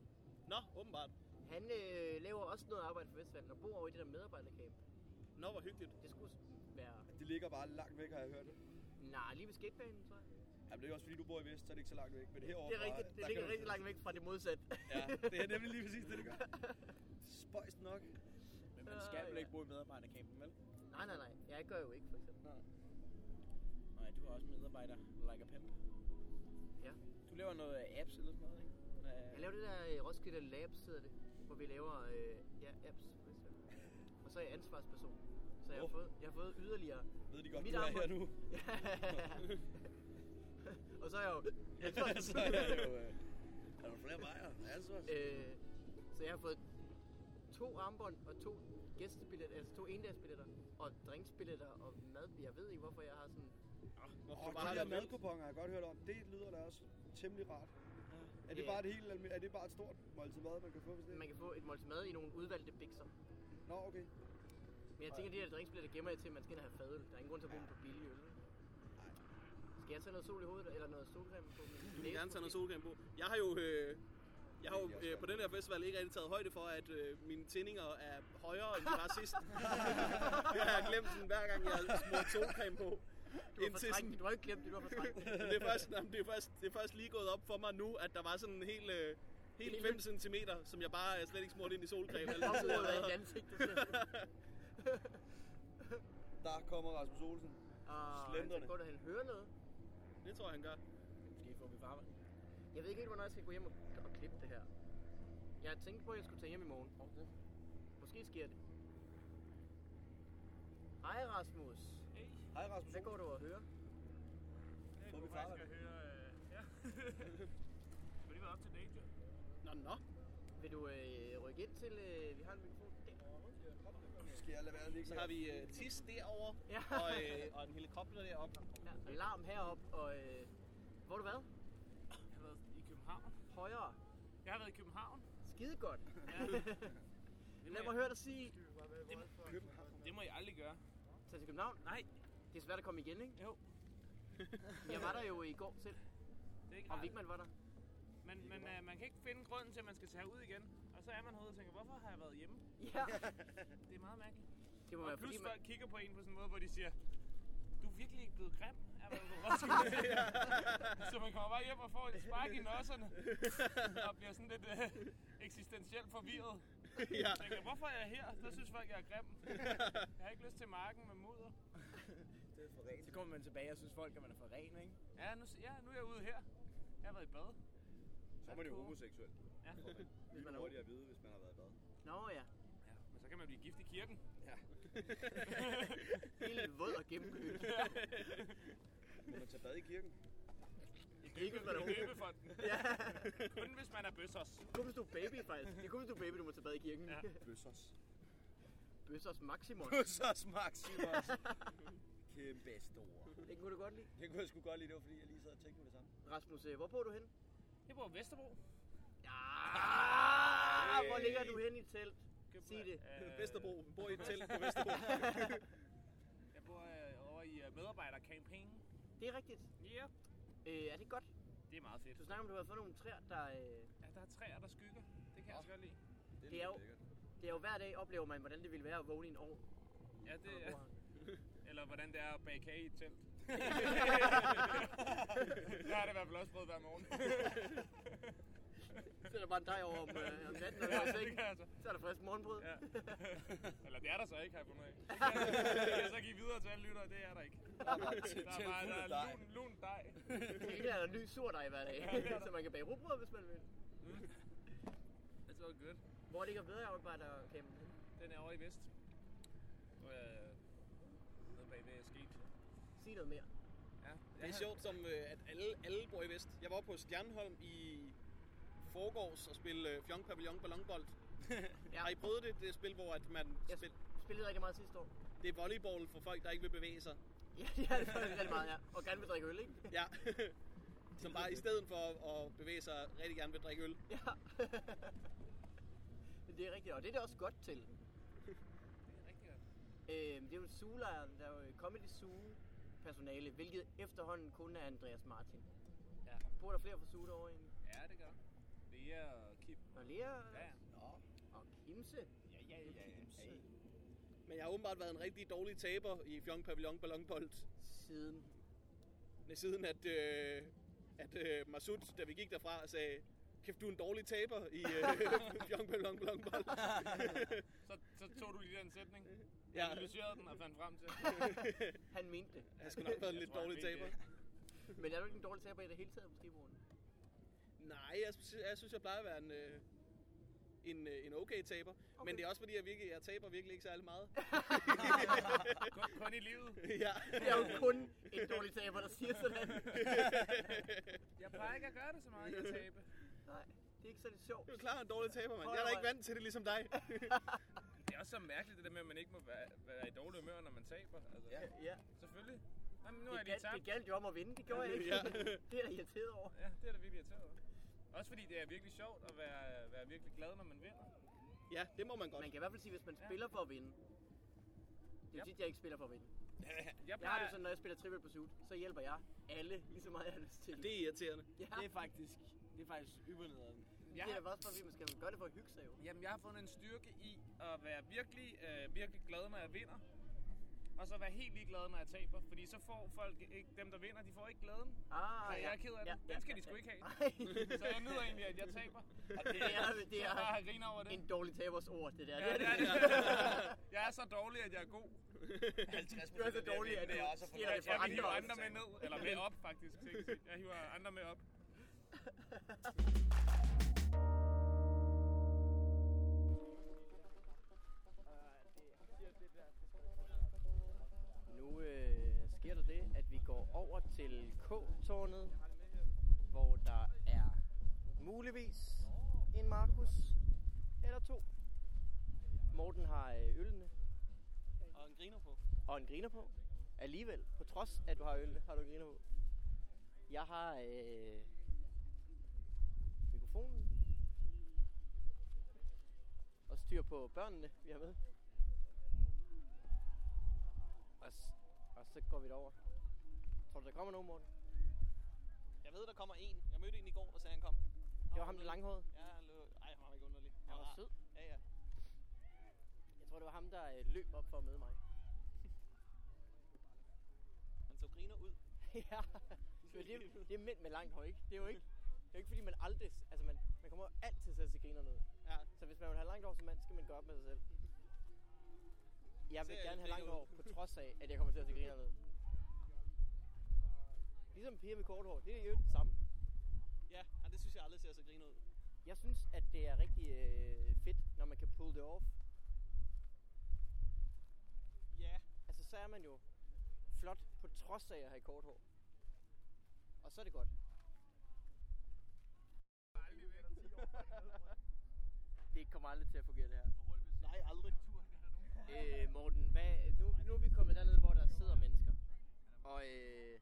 [SPEAKER 3] Nå, åbenbart.
[SPEAKER 1] Han øh, laver også noget arbejde for Vestland og bor over i det der medarbejdercamp.
[SPEAKER 3] Nå, hvor hyggeligt.
[SPEAKER 1] Det skulle være...
[SPEAKER 4] det ligger bare langt væk, har jeg hørt.
[SPEAKER 1] Nej, lige ved skatebanen, tror jeg.
[SPEAKER 4] Jamen, det er også fordi, du bor i Vest, så er det ikke så langt væk. Men herovre,
[SPEAKER 1] Det er rigtigt. Det ligger rigtig langt væk fra det modsatte.
[SPEAKER 4] Ja, det er nemlig lige præcis det, det gør. Spøjst nok.
[SPEAKER 2] Men man skal vel ikke bruge medarbejderkampen, vel?
[SPEAKER 1] *laughs* Nej, nej, nej. Jeg gør jo ikke, for eksempel.
[SPEAKER 2] Nej, du er også medarbejder, like a pimp.
[SPEAKER 1] Ja.
[SPEAKER 2] Du laver noget øh, apps eller sådan noget, ikke?
[SPEAKER 1] Jeg laver det
[SPEAKER 2] *laughs*
[SPEAKER 1] der øh, Roskilde Labs, hedder det, hvor vi laver øh, ja, apps. for eksempel. Og så er jeg ansvarsperson. Så jeg, har,
[SPEAKER 4] Åh.
[SPEAKER 1] fået, jeg har fået yderligere.
[SPEAKER 4] Ved de godt,
[SPEAKER 1] Mit
[SPEAKER 4] du er
[SPEAKER 1] armbånd. *laughs*
[SPEAKER 4] her nu? *laughs*
[SPEAKER 1] og så er jeg jo
[SPEAKER 4] så
[SPEAKER 1] ansvarsperson.
[SPEAKER 4] er det jo... Øh, er der flere vejer? Altså,
[SPEAKER 1] øh, så jeg har fået to armbånd og to gæstebilletter, altså to endagsbilletter og drinksbilletter og mad. Jeg ved ikke, hvorfor jeg har sådan...
[SPEAKER 3] Hvorfor
[SPEAKER 4] og
[SPEAKER 3] bare
[SPEAKER 4] de
[SPEAKER 3] har
[SPEAKER 4] der
[SPEAKER 3] det med?
[SPEAKER 4] madkuponer har jeg godt hørt om. Det lyder da også temmelig rart. Er det
[SPEAKER 1] Ja.
[SPEAKER 4] bare et helt almi- er det bare et stort måltid mad, man kan få, hvis det
[SPEAKER 1] Man
[SPEAKER 4] er?
[SPEAKER 1] kan få et måltid mad i nogle udvalgte bikser.
[SPEAKER 4] Nå, okay.
[SPEAKER 1] Men jeg tænker, at de her drinksbilletter gemmer jeg til, at man skal ind og have fadøl. Der er ingen grund til at bruge dem på billig øl. Skal jeg tage noget sol i hovedet, eller noget solcreme på? min
[SPEAKER 3] Du vil
[SPEAKER 1] næse
[SPEAKER 3] gerne tage noget
[SPEAKER 1] måske?
[SPEAKER 3] solcreme på. Jeg har jo, øh, jeg har jo
[SPEAKER 4] Det er også
[SPEAKER 3] øh,
[SPEAKER 4] godt.
[SPEAKER 3] på den her festival ikke rigtig taget højde for, at øh, mine tændinger er højere end de
[SPEAKER 1] *laughs*
[SPEAKER 3] var sidst. jeg har glemt sådan, hver gang jeg har smurt solcreme på.
[SPEAKER 1] Du har fortrængt det. Du har ikke glemt det, du har fortrængt det.
[SPEAKER 3] *laughs* det, er først, jamen, det, er først, det er først lige gået op for mig nu, at der var sådan en hel, øh, helt 5 cm, som jeg bare øh, slet ikke smurt ind i
[SPEAKER 1] *laughs*
[SPEAKER 3] solcreme.
[SPEAKER 1] Jeg har
[SPEAKER 3] Eller sådan
[SPEAKER 1] været i
[SPEAKER 3] noget.
[SPEAKER 1] ansigtet. Uh,
[SPEAKER 4] Der kommer Rasmus Olsen. Slenderne.
[SPEAKER 1] Slenderne. Går der, han hører noget?
[SPEAKER 3] Det tror jeg, han gør.
[SPEAKER 2] Måske får vi farver.
[SPEAKER 1] Jeg ved ikke helt, hvornår jeg skal gå hjem og, og klippe det her. Jeg tænkte på, at jeg skulle tage hjem i morgen. Okay. Måske sker det. Hej Rasmus.
[SPEAKER 4] Hej Rasmus
[SPEAKER 1] Hvad går du og hører?
[SPEAKER 4] Får vi farver?
[SPEAKER 3] Nå, nå.
[SPEAKER 1] Vil du øh, rykke ind til, øh, vi har en mikrofon der?
[SPEAKER 4] Skal jeg lade være lige
[SPEAKER 3] Så har vi øh, tis derovre,
[SPEAKER 1] Ja.
[SPEAKER 3] og, øh, og en helikopter deroppe.
[SPEAKER 1] Ja, alarm herop og... Øh, hvor har du været?
[SPEAKER 8] Jeg har været i København.
[SPEAKER 1] Højere.
[SPEAKER 8] Jeg har været i København.
[SPEAKER 1] Skide godt.
[SPEAKER 8] Ja.
[SPEAKER 1] *laughs* Lad mig høre dig sige.
[SPEAKER 8] Det må jeg aldrig gøre.
[SPEAKER 1] Tag til København.
[SPEAKER 8] Nej.
[SPEAKER 1] Det er svært at komme igen, ikke?
[SPEAKER 8] Jo.
[SPEAKER 1] Jeg var der jo i går selv,
[SPEAKER 8] Det er ikke
[SPEAKER 1] og
[SPEAKER 8] rart.
[SPEAKER 1] Vigman var der.
[SPEAKER 8] Men, men øh, man kan ikke finde grunden til, at man skal tage ud igen. Og så er man herude og tænker, hvorfor har jeg været hjemme?
[SPEAKER 1] Ja,
[SPEAKER 8] Det er meget mærkeligt.
[SPEAKER 1] det må være
[SPEAKER 8] Og
[SPEAKER 1] fordi,
[SPEAKER 8] plus
[SPEAKER 1] man,
[SPEAKER 8] folk kigger på en på sådan en måde, hvor de siger, du er virkelig ikke blevet grim af at være på Roskilde." Så man kommer bare hjem og får et spark i nosserne, og bliver sådan lidt øh, eksistentielt forvirret.
[SPEAKER 3] ja.
[SPEAKER 8] Tænker, hvorfor er jeg her? Så synes folk, jeg er grim. Jeg har ikke lyst til marken med mudder.
[SPEAKER 2] Det er for rent. Så kommer man tilbage og synes folk, at man er for ren,
[SPEAKER 8] *laughs*
[SPEAKER 2] ikke?
[SPEAKER 8] Ja, nu, ja, nu er jeg ude her. Jeg har været i bad.
[SPEAKER 5] Så er man jo homoseksuel.
[SPEAKER 8] Ja.
[SPEAKER 5] Det er hurtigt at vide, hvis man har været i bad.
[SPEAKER 1] Nå ja,
[SPEAKER 8] Ja, men så kan man blive gift i kirken.
[SPEAKER 1] helt våd og gennemkølet.
[SPEAKER 5] Må man tage bad i kirken?
[SPEAKER 1] Ikke hvis man er
[SPEAKER 8] I
[SPEAKER 1] homo.
[SPEAKER 8] løbefonden.
[SPEAKER 1] Ja,
[SPEAKER 8] Kun hvis man er bøssers.
[SPEAKER 1] kun hvis du er baby faktisk. Det er kun hvis du er baby, du må tage bad i kirken. *laughs*
[SPEAKER 8] Ja.
[SPEAKER 5] Bøssers.
[SPEAKER 1] Bøssers
[SPEAKER 8] *laughs*
[SPEAKER 1] Maximum.
[SPEAKER 5] Bøssers Maximus. Kæmpe store.
[SPEAKER 1] Det kunne du godt lide.
[SPEAKER 5] Det kunne jeg sgu godt lide, det var fordi, jeg lige sad og tænkte på det samme.
[SPEAKER 1] Rasmus, øh, hvor bor du hen?
[SPEAKER 8] Jeg bor i Vesterbro.
[SPEAKER 1] Ja, hvor ligger du hen i telt?
[SPEAKER 8] Købt
[SPEAKER 1] Sig
[SPEAKER 8] mig-
[SPEAKER 1] det.
[SPEAKER 8] Øh,
[SPEAKER 3] Vesterbro. Vi bor i et telt
[SPEAKER 8] *laughs*
[SPEAKER 3] på Vesterbro.
[SPEAKER 8] Jeg bor øh, over i øh, medarbejdercampaign.
[SPEAKER 1] Det er rigtigt.
[SPEAKER 8] Ja, yeah.
[SPEAKER 1] Øh, er det godt?
[SPEAKER 8] det er meget fedt.
[SPEAKER 1] Du snakker om, at du har fået nogle træer, der... Øh,
[SPEAKER 8] Ja, der er træer, der skygger. Det kan jeg også godt lide.
[SPEAKER 1] det, er jo, det er jo hver dag oplever man, hvordan det ville være at vågne i en år.
[SPEAKER 8] Ja, det er, eller hvordan det er at bage kage i *laughs* et telt. Der har det i hvert fald også prøvet hver *laughs* morgen.
[SPEAKER 1] Så er der bare en dej over om, øh, om natten, når du er i
[SPEAKER 8] ja, det
[SPEAKER 1] seng.
[SPEAKER 8] kan jeg så.
[SPEAKER 1] Så er der frisk morgenbrød. *laughs*
[SPEAKER 8] Ja. Eller det er der så ikke, har jeg *laughs* fundet af. Det kan jeg, det kan jeg så give videre til alle lyttere, det er der ikke. Der er bare der er lun, lun dej.
[SPEAKER 1] Det er der ny surdej hver dag, *laughs* så man kan bage rugbrød, hvis man vil.
[SPEAKER 8] That's all good.
[SPEAKER 1] Hvor ligger medarbejderkampen? henne?
[SPEAKER 8] Den er over i vest. Øh, nede bag ved sket.
[SPEAKER 1] Sig noget mere.
[SPEAKER 8] Ja,
[SPEAKER 3] Det er sjovt, som, øh, at alle, alle bor i vest. Jeg var oppe på Stjernholm i forgårs og spille øh, Fjong Pavillon Ballonbold.
[SPEAKER 1] Ja.
[SPEAKER 3] Har I prøvet det, det spil, hvor at man
[SPEAKER 1] Jeg
[SPEAKER 3] spil,
[SPEAKER 1] spillede rigtig meget sidste år. *laughs*
[SPEAKER 3] det er volleyball for folk, der ikke vil bevæge sig?
[SPEAKER 1] Ja, det har det faktisk rigtig meget, ja. Og gerne vil drikke øl, ikke?
[SPEAKER 3] Ja. *laughs* som bare i stedet for at bevæge sig rigtig gerne vil drikke øl.
[SPEAKER 1] Ja. *laughs* Men det er rigtigt, og det er det også godt til. Øh, det er jo sugelejren, der er jo Comedy Zoo personale, hvilket efterhånden kun er Andreas Martin.
[SPEAKER 8] Ja.
[SPEAKER 1] Bor der flere fra Zoo derovre egentlig?
[SPEAKER 8] Ja, det gør. Lea og Kim.
[SPEAKER 1] Og Lea
[SPEAKER 8] Ja,
[SPEAKER 1] og Kimse.
[SPEAKER 8] ja, ja, ja. ja.
[SPEAKER 3] Men jeg har åbenbart været en rigtig dårlig taber i Fjong Pavillon Ballonbold.
[SPEAKER 1] Siden.
[SPEAKER 3] Næ- Siden at, øh, at øh, Masud, da vi gik derfra, sagde, kæft, du er en dårlig taber i øh, *laughs* Fjong Pavillon
[SPEAKER 1] *laughs*
[SPEAKER 3] Ballonbold.
[SPEAKER 8] Så, så tog du lige den sætning,
[SPEAKER 3] Ja,
[SPEAKER 8] analyserede den og fandt frem til.
[SPEAKER 1] Han mente det.
[SPEAKER 3] han skulle nok have været en
[SPEAKER 8] Jeg
[SPEAKER 3] lidt
[SPEAKER 8] tror, han
[SPEAKER 3] dårlig
[SPEAKER 8] mente det.
[SPEAKER 3] taber.
[SPEAKER 1] Men er du ikke en dårlig taber i det hele taget, måske, Morten?
[SPEAKER 3] Nej, jeg, sy- jeg synes, jeg plejer at være en, øh, en, øh, en okay taber. Okay. Men det er også fordi, jeg, virkelig, jeg taber virkelig ikke særlig
[SPEAKER 1] *laughs*
[SPEAKER 3] meget. *laughs*
[SPEAKER 8] Kun, kun i livet.
[SPEAKER 3] ja.
[SPEAKER 1] Det er jo kun en dårlig taber, der siger sådan.
[SPEAKER 8] Jeg plejer ikke at gøre det så meget, jeg taber.
[SPEAKER 1] Nej, det er ikke sådan sjovt.
[SPEAKER 3] Du er klar en dårlig taber, mand. Jeg er da ikke vant til det ligesom dig.
[SPEAKER 8] Det er også så mærkeligt, det der med, at man ikke må være, være i dårlig humør, når man taber. Altså, ja.
[SPEAKER 1] Ja,
[SPEAKER 8] Selvfølgelig. Jamen, nu er
[SPEAKER 1] det,
[SPEAKER 8] jeg lige
[SPEAKER 1] galt, det
[SPEAKER 8] tabt.
[SPEAKER 1] galt jo om at vinde, det gjorde jeg ikke. *laughs*
[SPEAKER 3] Ja.
[SPEAKER 1] Det er jeg irriteret over.
[SPEAKER 8] Ja, det er da virkelig irriteret. over. Også fordi det er virkelig sjovt at være, være virkelig glad, når man vinder.
[SPEAKER 3] Ja, det må man godt.
[SPEAKER 1] Man kan i hvert fald sige, hvis man
[SPEAKER 8] Ja.
[SPEAKER 1] spiller for at vinde. Det er
[SPEAKER 8] Ja.
[SPEAKER 1] jo tit, jeg ikke spiller for at vinde.
[SPEAKER 8] Jeg
[SPEAKER 1] Jeg har
[SPEAKER 8] plejer,
[SPEAKER 1] det sådan, når jeg spiller triple pursuit, så hjælper jeg alle lige så meget, jeg har lyst til.
[SPEAKER 3] Det er irriterende.
[SPEAKER 1] ja.
[SPEAKER 2] Det er faktisk, det er faktisk ybernederen.
[SPEAKER 8] jeg,
[SPEAKER 1] Det
[SPEAKER 8] har-
[SPEAKER 1] er da også fordi, man skal gøre det for at hygge sig jo. Ah,
[SPEAKER 8] Jamen, jeg har fundet en styrke i at være virkelig, øh, virkelig glad, når jeg vinder. Og så være helt ligeglad, når jeg taber. Fordi så får folk ikke, dem, der vinder, de får ikke glæden.
[SPEAKER 1] Ah,
[SPEAKER 8] Så jeg er ked af den. Den skal de sgu ikke have.
[SPEAKER 1] Nej,
[SPEAKER 8] Så jeg nyder egentlig, at jeg taber. Og
[SPEAKER 1] *laughs*
[SPEAKER 8] det
[SPEAKER 1] det er,
[SPEAKER 8] det
[SPEAKER 1] det
[SPEAKER 8] er bare
[SPEAKER 1] er
[SPEAKER 8] griner over det.
[SPEAKER 1] en dårlig tabers ord, det der.
[SPEAKER 8] Ja, det er det. *laughs* Jeg er så dårlig, at jeg er god.
[SPEAKER 4] 50
[SPEAKER 1] Du er så dårlig, at du stjæler det
[SPEAKER 8] Jeg
[SPEAKER 1] fra
[SPEAKER 8] vil hive
[SPEAKER 1] andre.
[SPEAKER 8] andre
[SPEAKER 1] også.
[SPEAKER 8] med ned. Eller med op, faktisk. skal jeg sige. Jeg hiver andre med op.
[SPEAKER 1] Nu øh, sker der det, at vi går over til K-tårnet, hvor der er muligvis en Markus eller to. Morten har øh, ølene
[SPEAKER 3] *laughs* Og en griner på.
[SPEAKER 1] og en griner på. Alligevel, på trods at du har ølene, har du en griner på. Jeg har øh, mikrofonen og styr på børnene, vi har med. Og, s- og så går vi derover Tror du, der kommer nogen, Morten?
[SPEAKER 3] Jeg ved, der kommer en. Jeg mødte en i går, der sagde, han kom.
[SPEAKER 1] Det var ham, der langhåret.
[SPEAKER 3] Ja, han løb. Ej, han var ikke underlig.
[SPEAKER 1] Han var
[SPEAKER 3] rar.
[SPEAKER 1] sød.
[SPEAKER 3] Ja, ja.
[SPEAKER 1] Jeg tror, det var ham, der øh, løb op for at møde mig.
[SPEAKER 3] Han så griner ud.
[SPEAKER 1] *laughs* ja, men det, er- det er mænd med langt hår, ikke? Det er jo ikke, det er jo ikke fordi, man aldrig... Altså, man, man kommer jo altid til at se grinerne ud.
[SPEAKER 3] Ja.
[SPEAKER 1] Så hvis man vil have langt hår som mand, skal man gå op med sig selv. Jeg vil
[SPEAKER 3] Ser
[SPEAKER 1] gerne
[SPEAKER 3] alle
[SPEAKER 1] have langt
[SPEAKER 3] griner
[SPEAKER 1] hår, på trods af, at jeg kommer til at se grinerne ud. Ligesom piger med kort hår, det er jo det samme.
[SPEAKER 3] *laughs* Ja, ja det synes jeg aldrig ser så griner ud.
[SPEAKER 1] Jeg synes, at det er rigtig øh, fedt, når man kan pull det off.
[SPEAKER 3] Ja,
[SPEAKER 1] Altså, så er man jo flot på trods af at have kort hår. Og så er det godt. Det kommer aldrig til at fungere, det her.
[SPEAKER 3] nej, aldrig.
[SPEAKER 1] Øh, Morten, hvad, nu, nu er vi kommet derned, hvor der sidder mennesker. Og øh,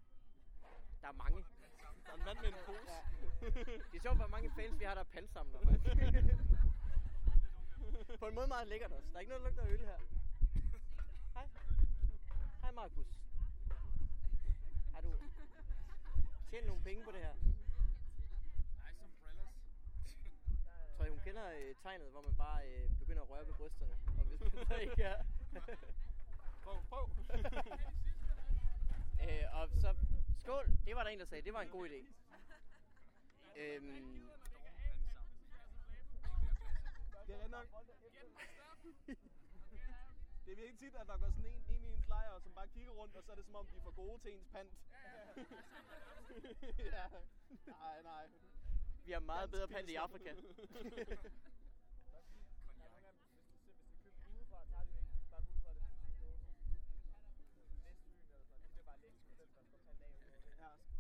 [SPEAKER 1] der er mange.
[SPEAKER 3] Der er en mand med en pose.
[SPEAKER 1] Det er sjovt, hvor mange fans vi har, der er pansamler, faktisk. På en måde meget lækkert også. Der er ikke noget, der lugter af øl her. Hej. Hej, Markus. Har du tjent nogle penge på det her?
[SPEAKER 8] Nice umbrellas.
[SPEAKER 1] *laughs* Tror I, hun kender øh, tegnet, hvor man bare øh, begynder at røre ved brysterne? Og hvis man så ikke er...
[SPEAKER 3] Prøv, prøv.
[SPEAKER 1] *laughs* Øh, og så... Skål! Det var der en, der sagde, det var en god idé. Øhm,
[SPEAKER 3] Det er nok. *laughs* Det er virkelig tit, at der går sådan en ind i ens lejr, som bare kigger rundt, og så er det som om, de er for gode til ens pant. *laughs* ja. Nej, nej.
[SPEAKER 1] vi har meget bedre pant i Afrika.
[SPEAKER 3] *laughs*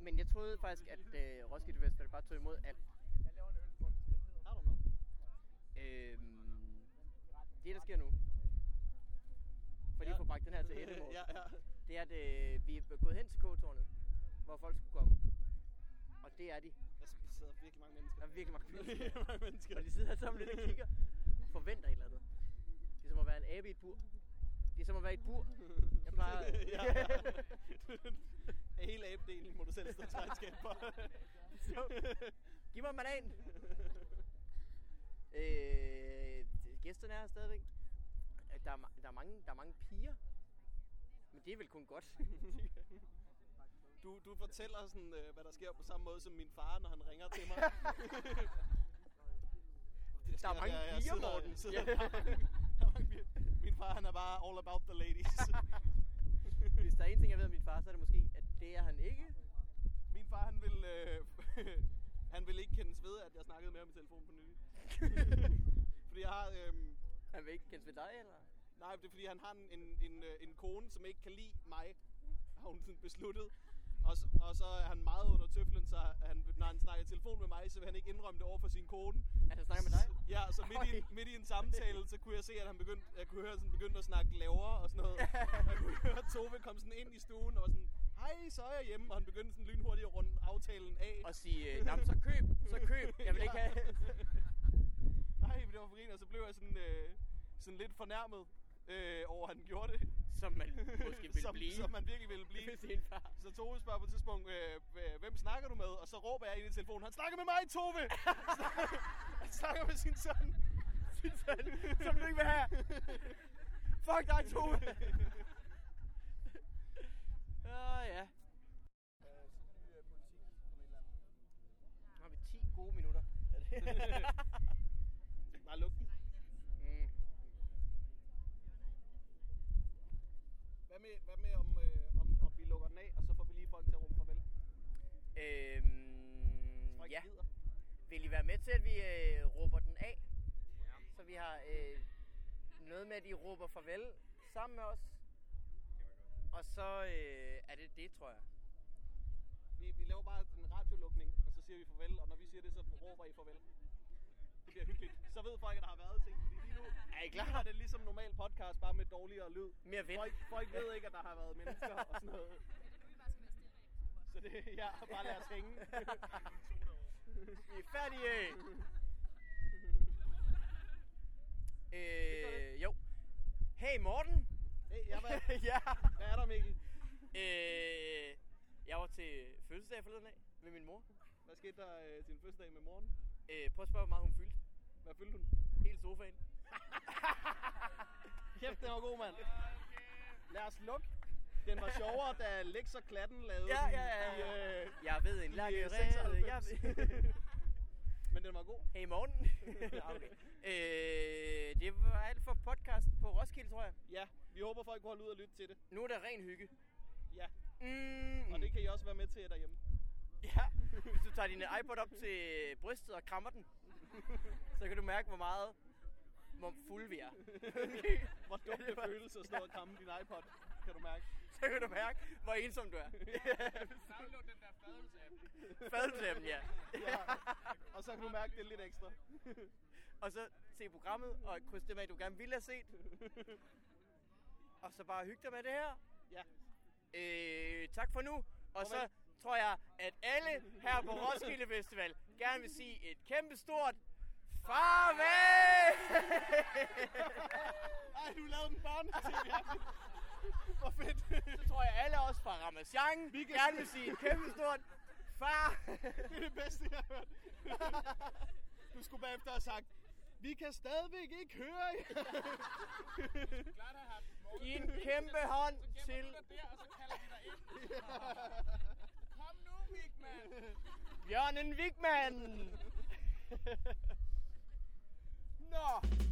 [SPEAKER 1] Men jeg troede faktisk, at øh, Roskilde Festival bare tog imod alt.
[SPEAKER 3] Har du noget?
[SPEAKER 1] Øhm, det, der sker nu, for lige at få bragt den her til Edinburgh,
[SPEAKER 3] *laughs* ja, ja.
[SPEAKER 1] det er, at øh, vi er gået hen til K-tårnet, hvor folk skulle komme. Og det er de.
[SPEAKER 3] Der sidder virkelig mange
[SPEAKER 1] Der
[SPEAKER 3] mennesker.
[SPEAKER 1] er virkelig
[SPEAKER 3] *laughs*
[SPEAKER 1] mange mennesker.
[SPEAKER 3] Virkelig mange mennesker.
[SPEAKER 1] Og de sidder sammen lidt og kigger. Forventer et eller andet. Det er som at være en abe i et bur. Det er som at være i et bur. Jeg plejer...
[SPEAKER 3] ja, *laughs* ja.
[SPEAKER 1] *laughs*
[SPEAKER 3] Hele abedelen må du selv stå til regnskab for.
[SPEAKER 1] *laughs* Giv mig en banan! øh, gæsterne er her stadigvæk. Øh, Der er, ma- der, er mange, der er mange piger. Men det er vel kun godt.
[SPEAKER 3] Du, du fortæller sådan, øh, hvad der sker på samme måde som min far, når han ringer til mig.
[SPEAKER 1] Der er mange
[SPEAKER 3] jeg
[SPEAKER 1] piger,
[SPEAKER 3] sidder- *laughs*
[SPEAKER 1] Morten.
[SPEAKER 3] sidder- der er mange- der er mange piger. Min far, han er bare all about the
[SPEAKER 1] *laughs*
[SPEAKER 3] ladies.
[SPEAKER 1] Hvis der er en ting, jeg ved om min far, så er det måske, at det er han ikke.
[SPEAKER 3] Min far, han vil, øh, *laughs* han vil ikke kendes ved, at jeg snakkede med ham i telefon
[SPEAKER 1] *laughs*
[SPEAKER 3] for nylig. fordi jeg har, øh,
[SPEAKER 1] Han vil ikke kendes ved dig, eller?
[SPEAKER 3] nej, det er fordi, han har en, en, en, øh, en kone, som ikke kan lide mig, har hun sådan besluttet. Og så, og så er han meget under tøflen, så han, når han snakker i telefon med mig, så vil han ikke indrømme det over for sin kone.
[SPEAKER 1] At han snakker med dig?
[SPEAKER 3] Ja, så midt i,
[SPEAKER 1] Oj.
[SPEAKER 3] midt i en samtale, så kunne jeg se, at han begyndte, jeg kunne høre, at han begyndte at snakke lavere og
[SPEAKER 1] *laughs*
[SPEAKER 3] sådan noget. Jeg kunne høre, at Tove kom sådan ind i stuen og var sådan, hej, så er jeg hjemme, og han begyndte sådan lynhurtigt at runde aftalen af.
[SPEAKER 1] Og sige, øh, "Nå, men så køb, så køb. Jeg vil ikke have...
[SPEAKER 3] Nej, men det var for rent, og så blev jeg sådan, øh, sådan lidt fornærmet øh, over, at han gjorde det.
[SPEAKER 1] Som man måske vil
[SPEAKER 3] *laughs* som,
[SPEAKER 1] blive.
[SPEAKER 3] Som man virkelig ville blive.
[SPEAKER 1] Hvis *laughs* det er en far.
[SPEAKER 3] Så Tove spørger på et tidspunkt, øh, øh, hvem snakker du med? Og så råber jeg ind i telefonen, han snakker med mig, Tove! *laughs* han snakker med sin søn. Sin søn,
[SPEAKER 1] Som du ikke vil have. Fuck dig, Tove.
[SPEAKER 3] Øh,
[SPEAKER 1] Åh, oh, ja.
[SPEAKER 3] øh,
[SPEAKER 1] Nu har vi 10 gode minutter.
[SPEAKER 3] Bare luk den.
[SPEAKER 1] mm.
[SPEAKER 3] Hvad med, hvad med om, øh, om, om vi lukker den af, og så får vi lige folk til at råbe farvel?
[SPEAKER 1] Øhm, ja. Vil I være med til, at vi øh, råber den af? Så vi har øh, noget med, at I råber farvel sammen med os. Og så øh, er det det, tror jeg.
[SPEAKER 3] Vi, vi laver bare en radiolukning, og så siger vi farvel, og når vi siger det, så råber I farvel. Det bliver hyggeligt. Så ved folk, at der har været ting, fordi lige nu
[SPEAKER 1] Er I
[SPEAKER 3] har
[SPEAKER 1] klar?
[SPEAKER 3] det ligesom normal podcast, bare med dårligere lyd.
[SPEAKER 1] Mere vind.
[SPEAKER 3] Folk, folk ved ikke, at der har været mennesker og sådan noget. Så *laughs* det, ja, bare lad os hænge. *laughs*
[SPEAKER 1] Vi er færdige! øh, jo. Hey Morten!
[SPEAKER 3] Hey, jeg var,
[SPEAKER 1] ja.
[SPEAKER 3] hvad er der, Mikkel?
[SPEAKER 1] Øh, jeg var til fødselsdag forleden af med min mor.
[SPEAKER 3] Hvad skete der øh, til din fødselsdag med morgen?
[SPEAKER 1] Øh, prøv at spørge, hvor meget hun fyldte.
[SPEAKER 3] Hvad fyldte hun?
[SPEAKER 1] Hele sofaen.
[SPEAKER 3] Kæft, den var god, mand. *laughs* Lad os lukke. Den var sjovere, da Lex og Klatten lavede
[SPEAKER 1] Ja,
[SPEAKER 3] den
[SPEAKER 1] ja, ja,
[SPEAKER 3] i, øh,
[SPEAKER 1] Jeg ved en lang
[SPEAKER 3] i, øh,
[SPEAKER 1] rede. Jeg
[SPEAKER 3] 96.
[SPEAKER 1] ved...
[SPEAKER 3] *laughs* Men den var god.
[SPEAKER 1] Hey,
[SPEAKER 3] *laughs*
[SPEAKER 1] morgen. okay. øh, det var alt for podcast på Roskilde, tror jeg.
[SPEAKER 3] Ja, vi håber, folk kunne holde ud og lytte til det.
[SPEAKER 1] Nu er der ren hygge.
[SPEAKER 3] Ja,
[SPEAKER 1] Mm.
[SPEAKER 3] og det kan I også være med til derhjemme. *laughs*
[SPEAKER 1] Ja, hvis du tager din øh, iPod op til brystet og krammer den, så kan du mærke, hvor meget hvor fulde vi er.
[SPEAKER 3] Hvor dumt det føles at stå og kramme din iPod, kan du mærke.
[SPEAKER 1] så kan du mærke, hvor ensom du er.
[SPEAKER 8] Download den der fadølsapp.
[SPEAKER 1] Fadelsæmmen, ja.
[SPEAKER 3] Ja. Og så kan du mærke det lidt ekstra. *laughs*
[SPEAKER 1] Og så se programmet og kryds det med, du gerne ville have set. Og så bare hygge dig med det her.
[SPEAKER 3] Ja.
[SPEAKER 1] Øh, tak for nu. Og så
[SPEAKER 3] vent.
[SPEAKER 1] tror jeg, at alle her på Roskilde Festival gerne vil sige et kæmpe stort farvel!
[SPEAKER 3] Ej, du lavede den barn til Hvor fedt.
[SPEAKER 1] så tror jeg alle os fra Ramazan vi gerne vil sige et kæmpe stort far.
[SPEAKER 3] Det er det bedste, jeg har hørt. *laughs* Du skulle bagefter have sagt, vi kan stadigvæk ikke høre jer.
[SPEAKER 8] Klart har haft morgen.
[SPEAKER 1] Giv en kæmpe hånd til.
[SPEAKER 8] Gemmer du dig der, og så kalder de dig ind. Kom nu, Mikman.
[SPEAKER 1] Bjørnen Wigman! Nå,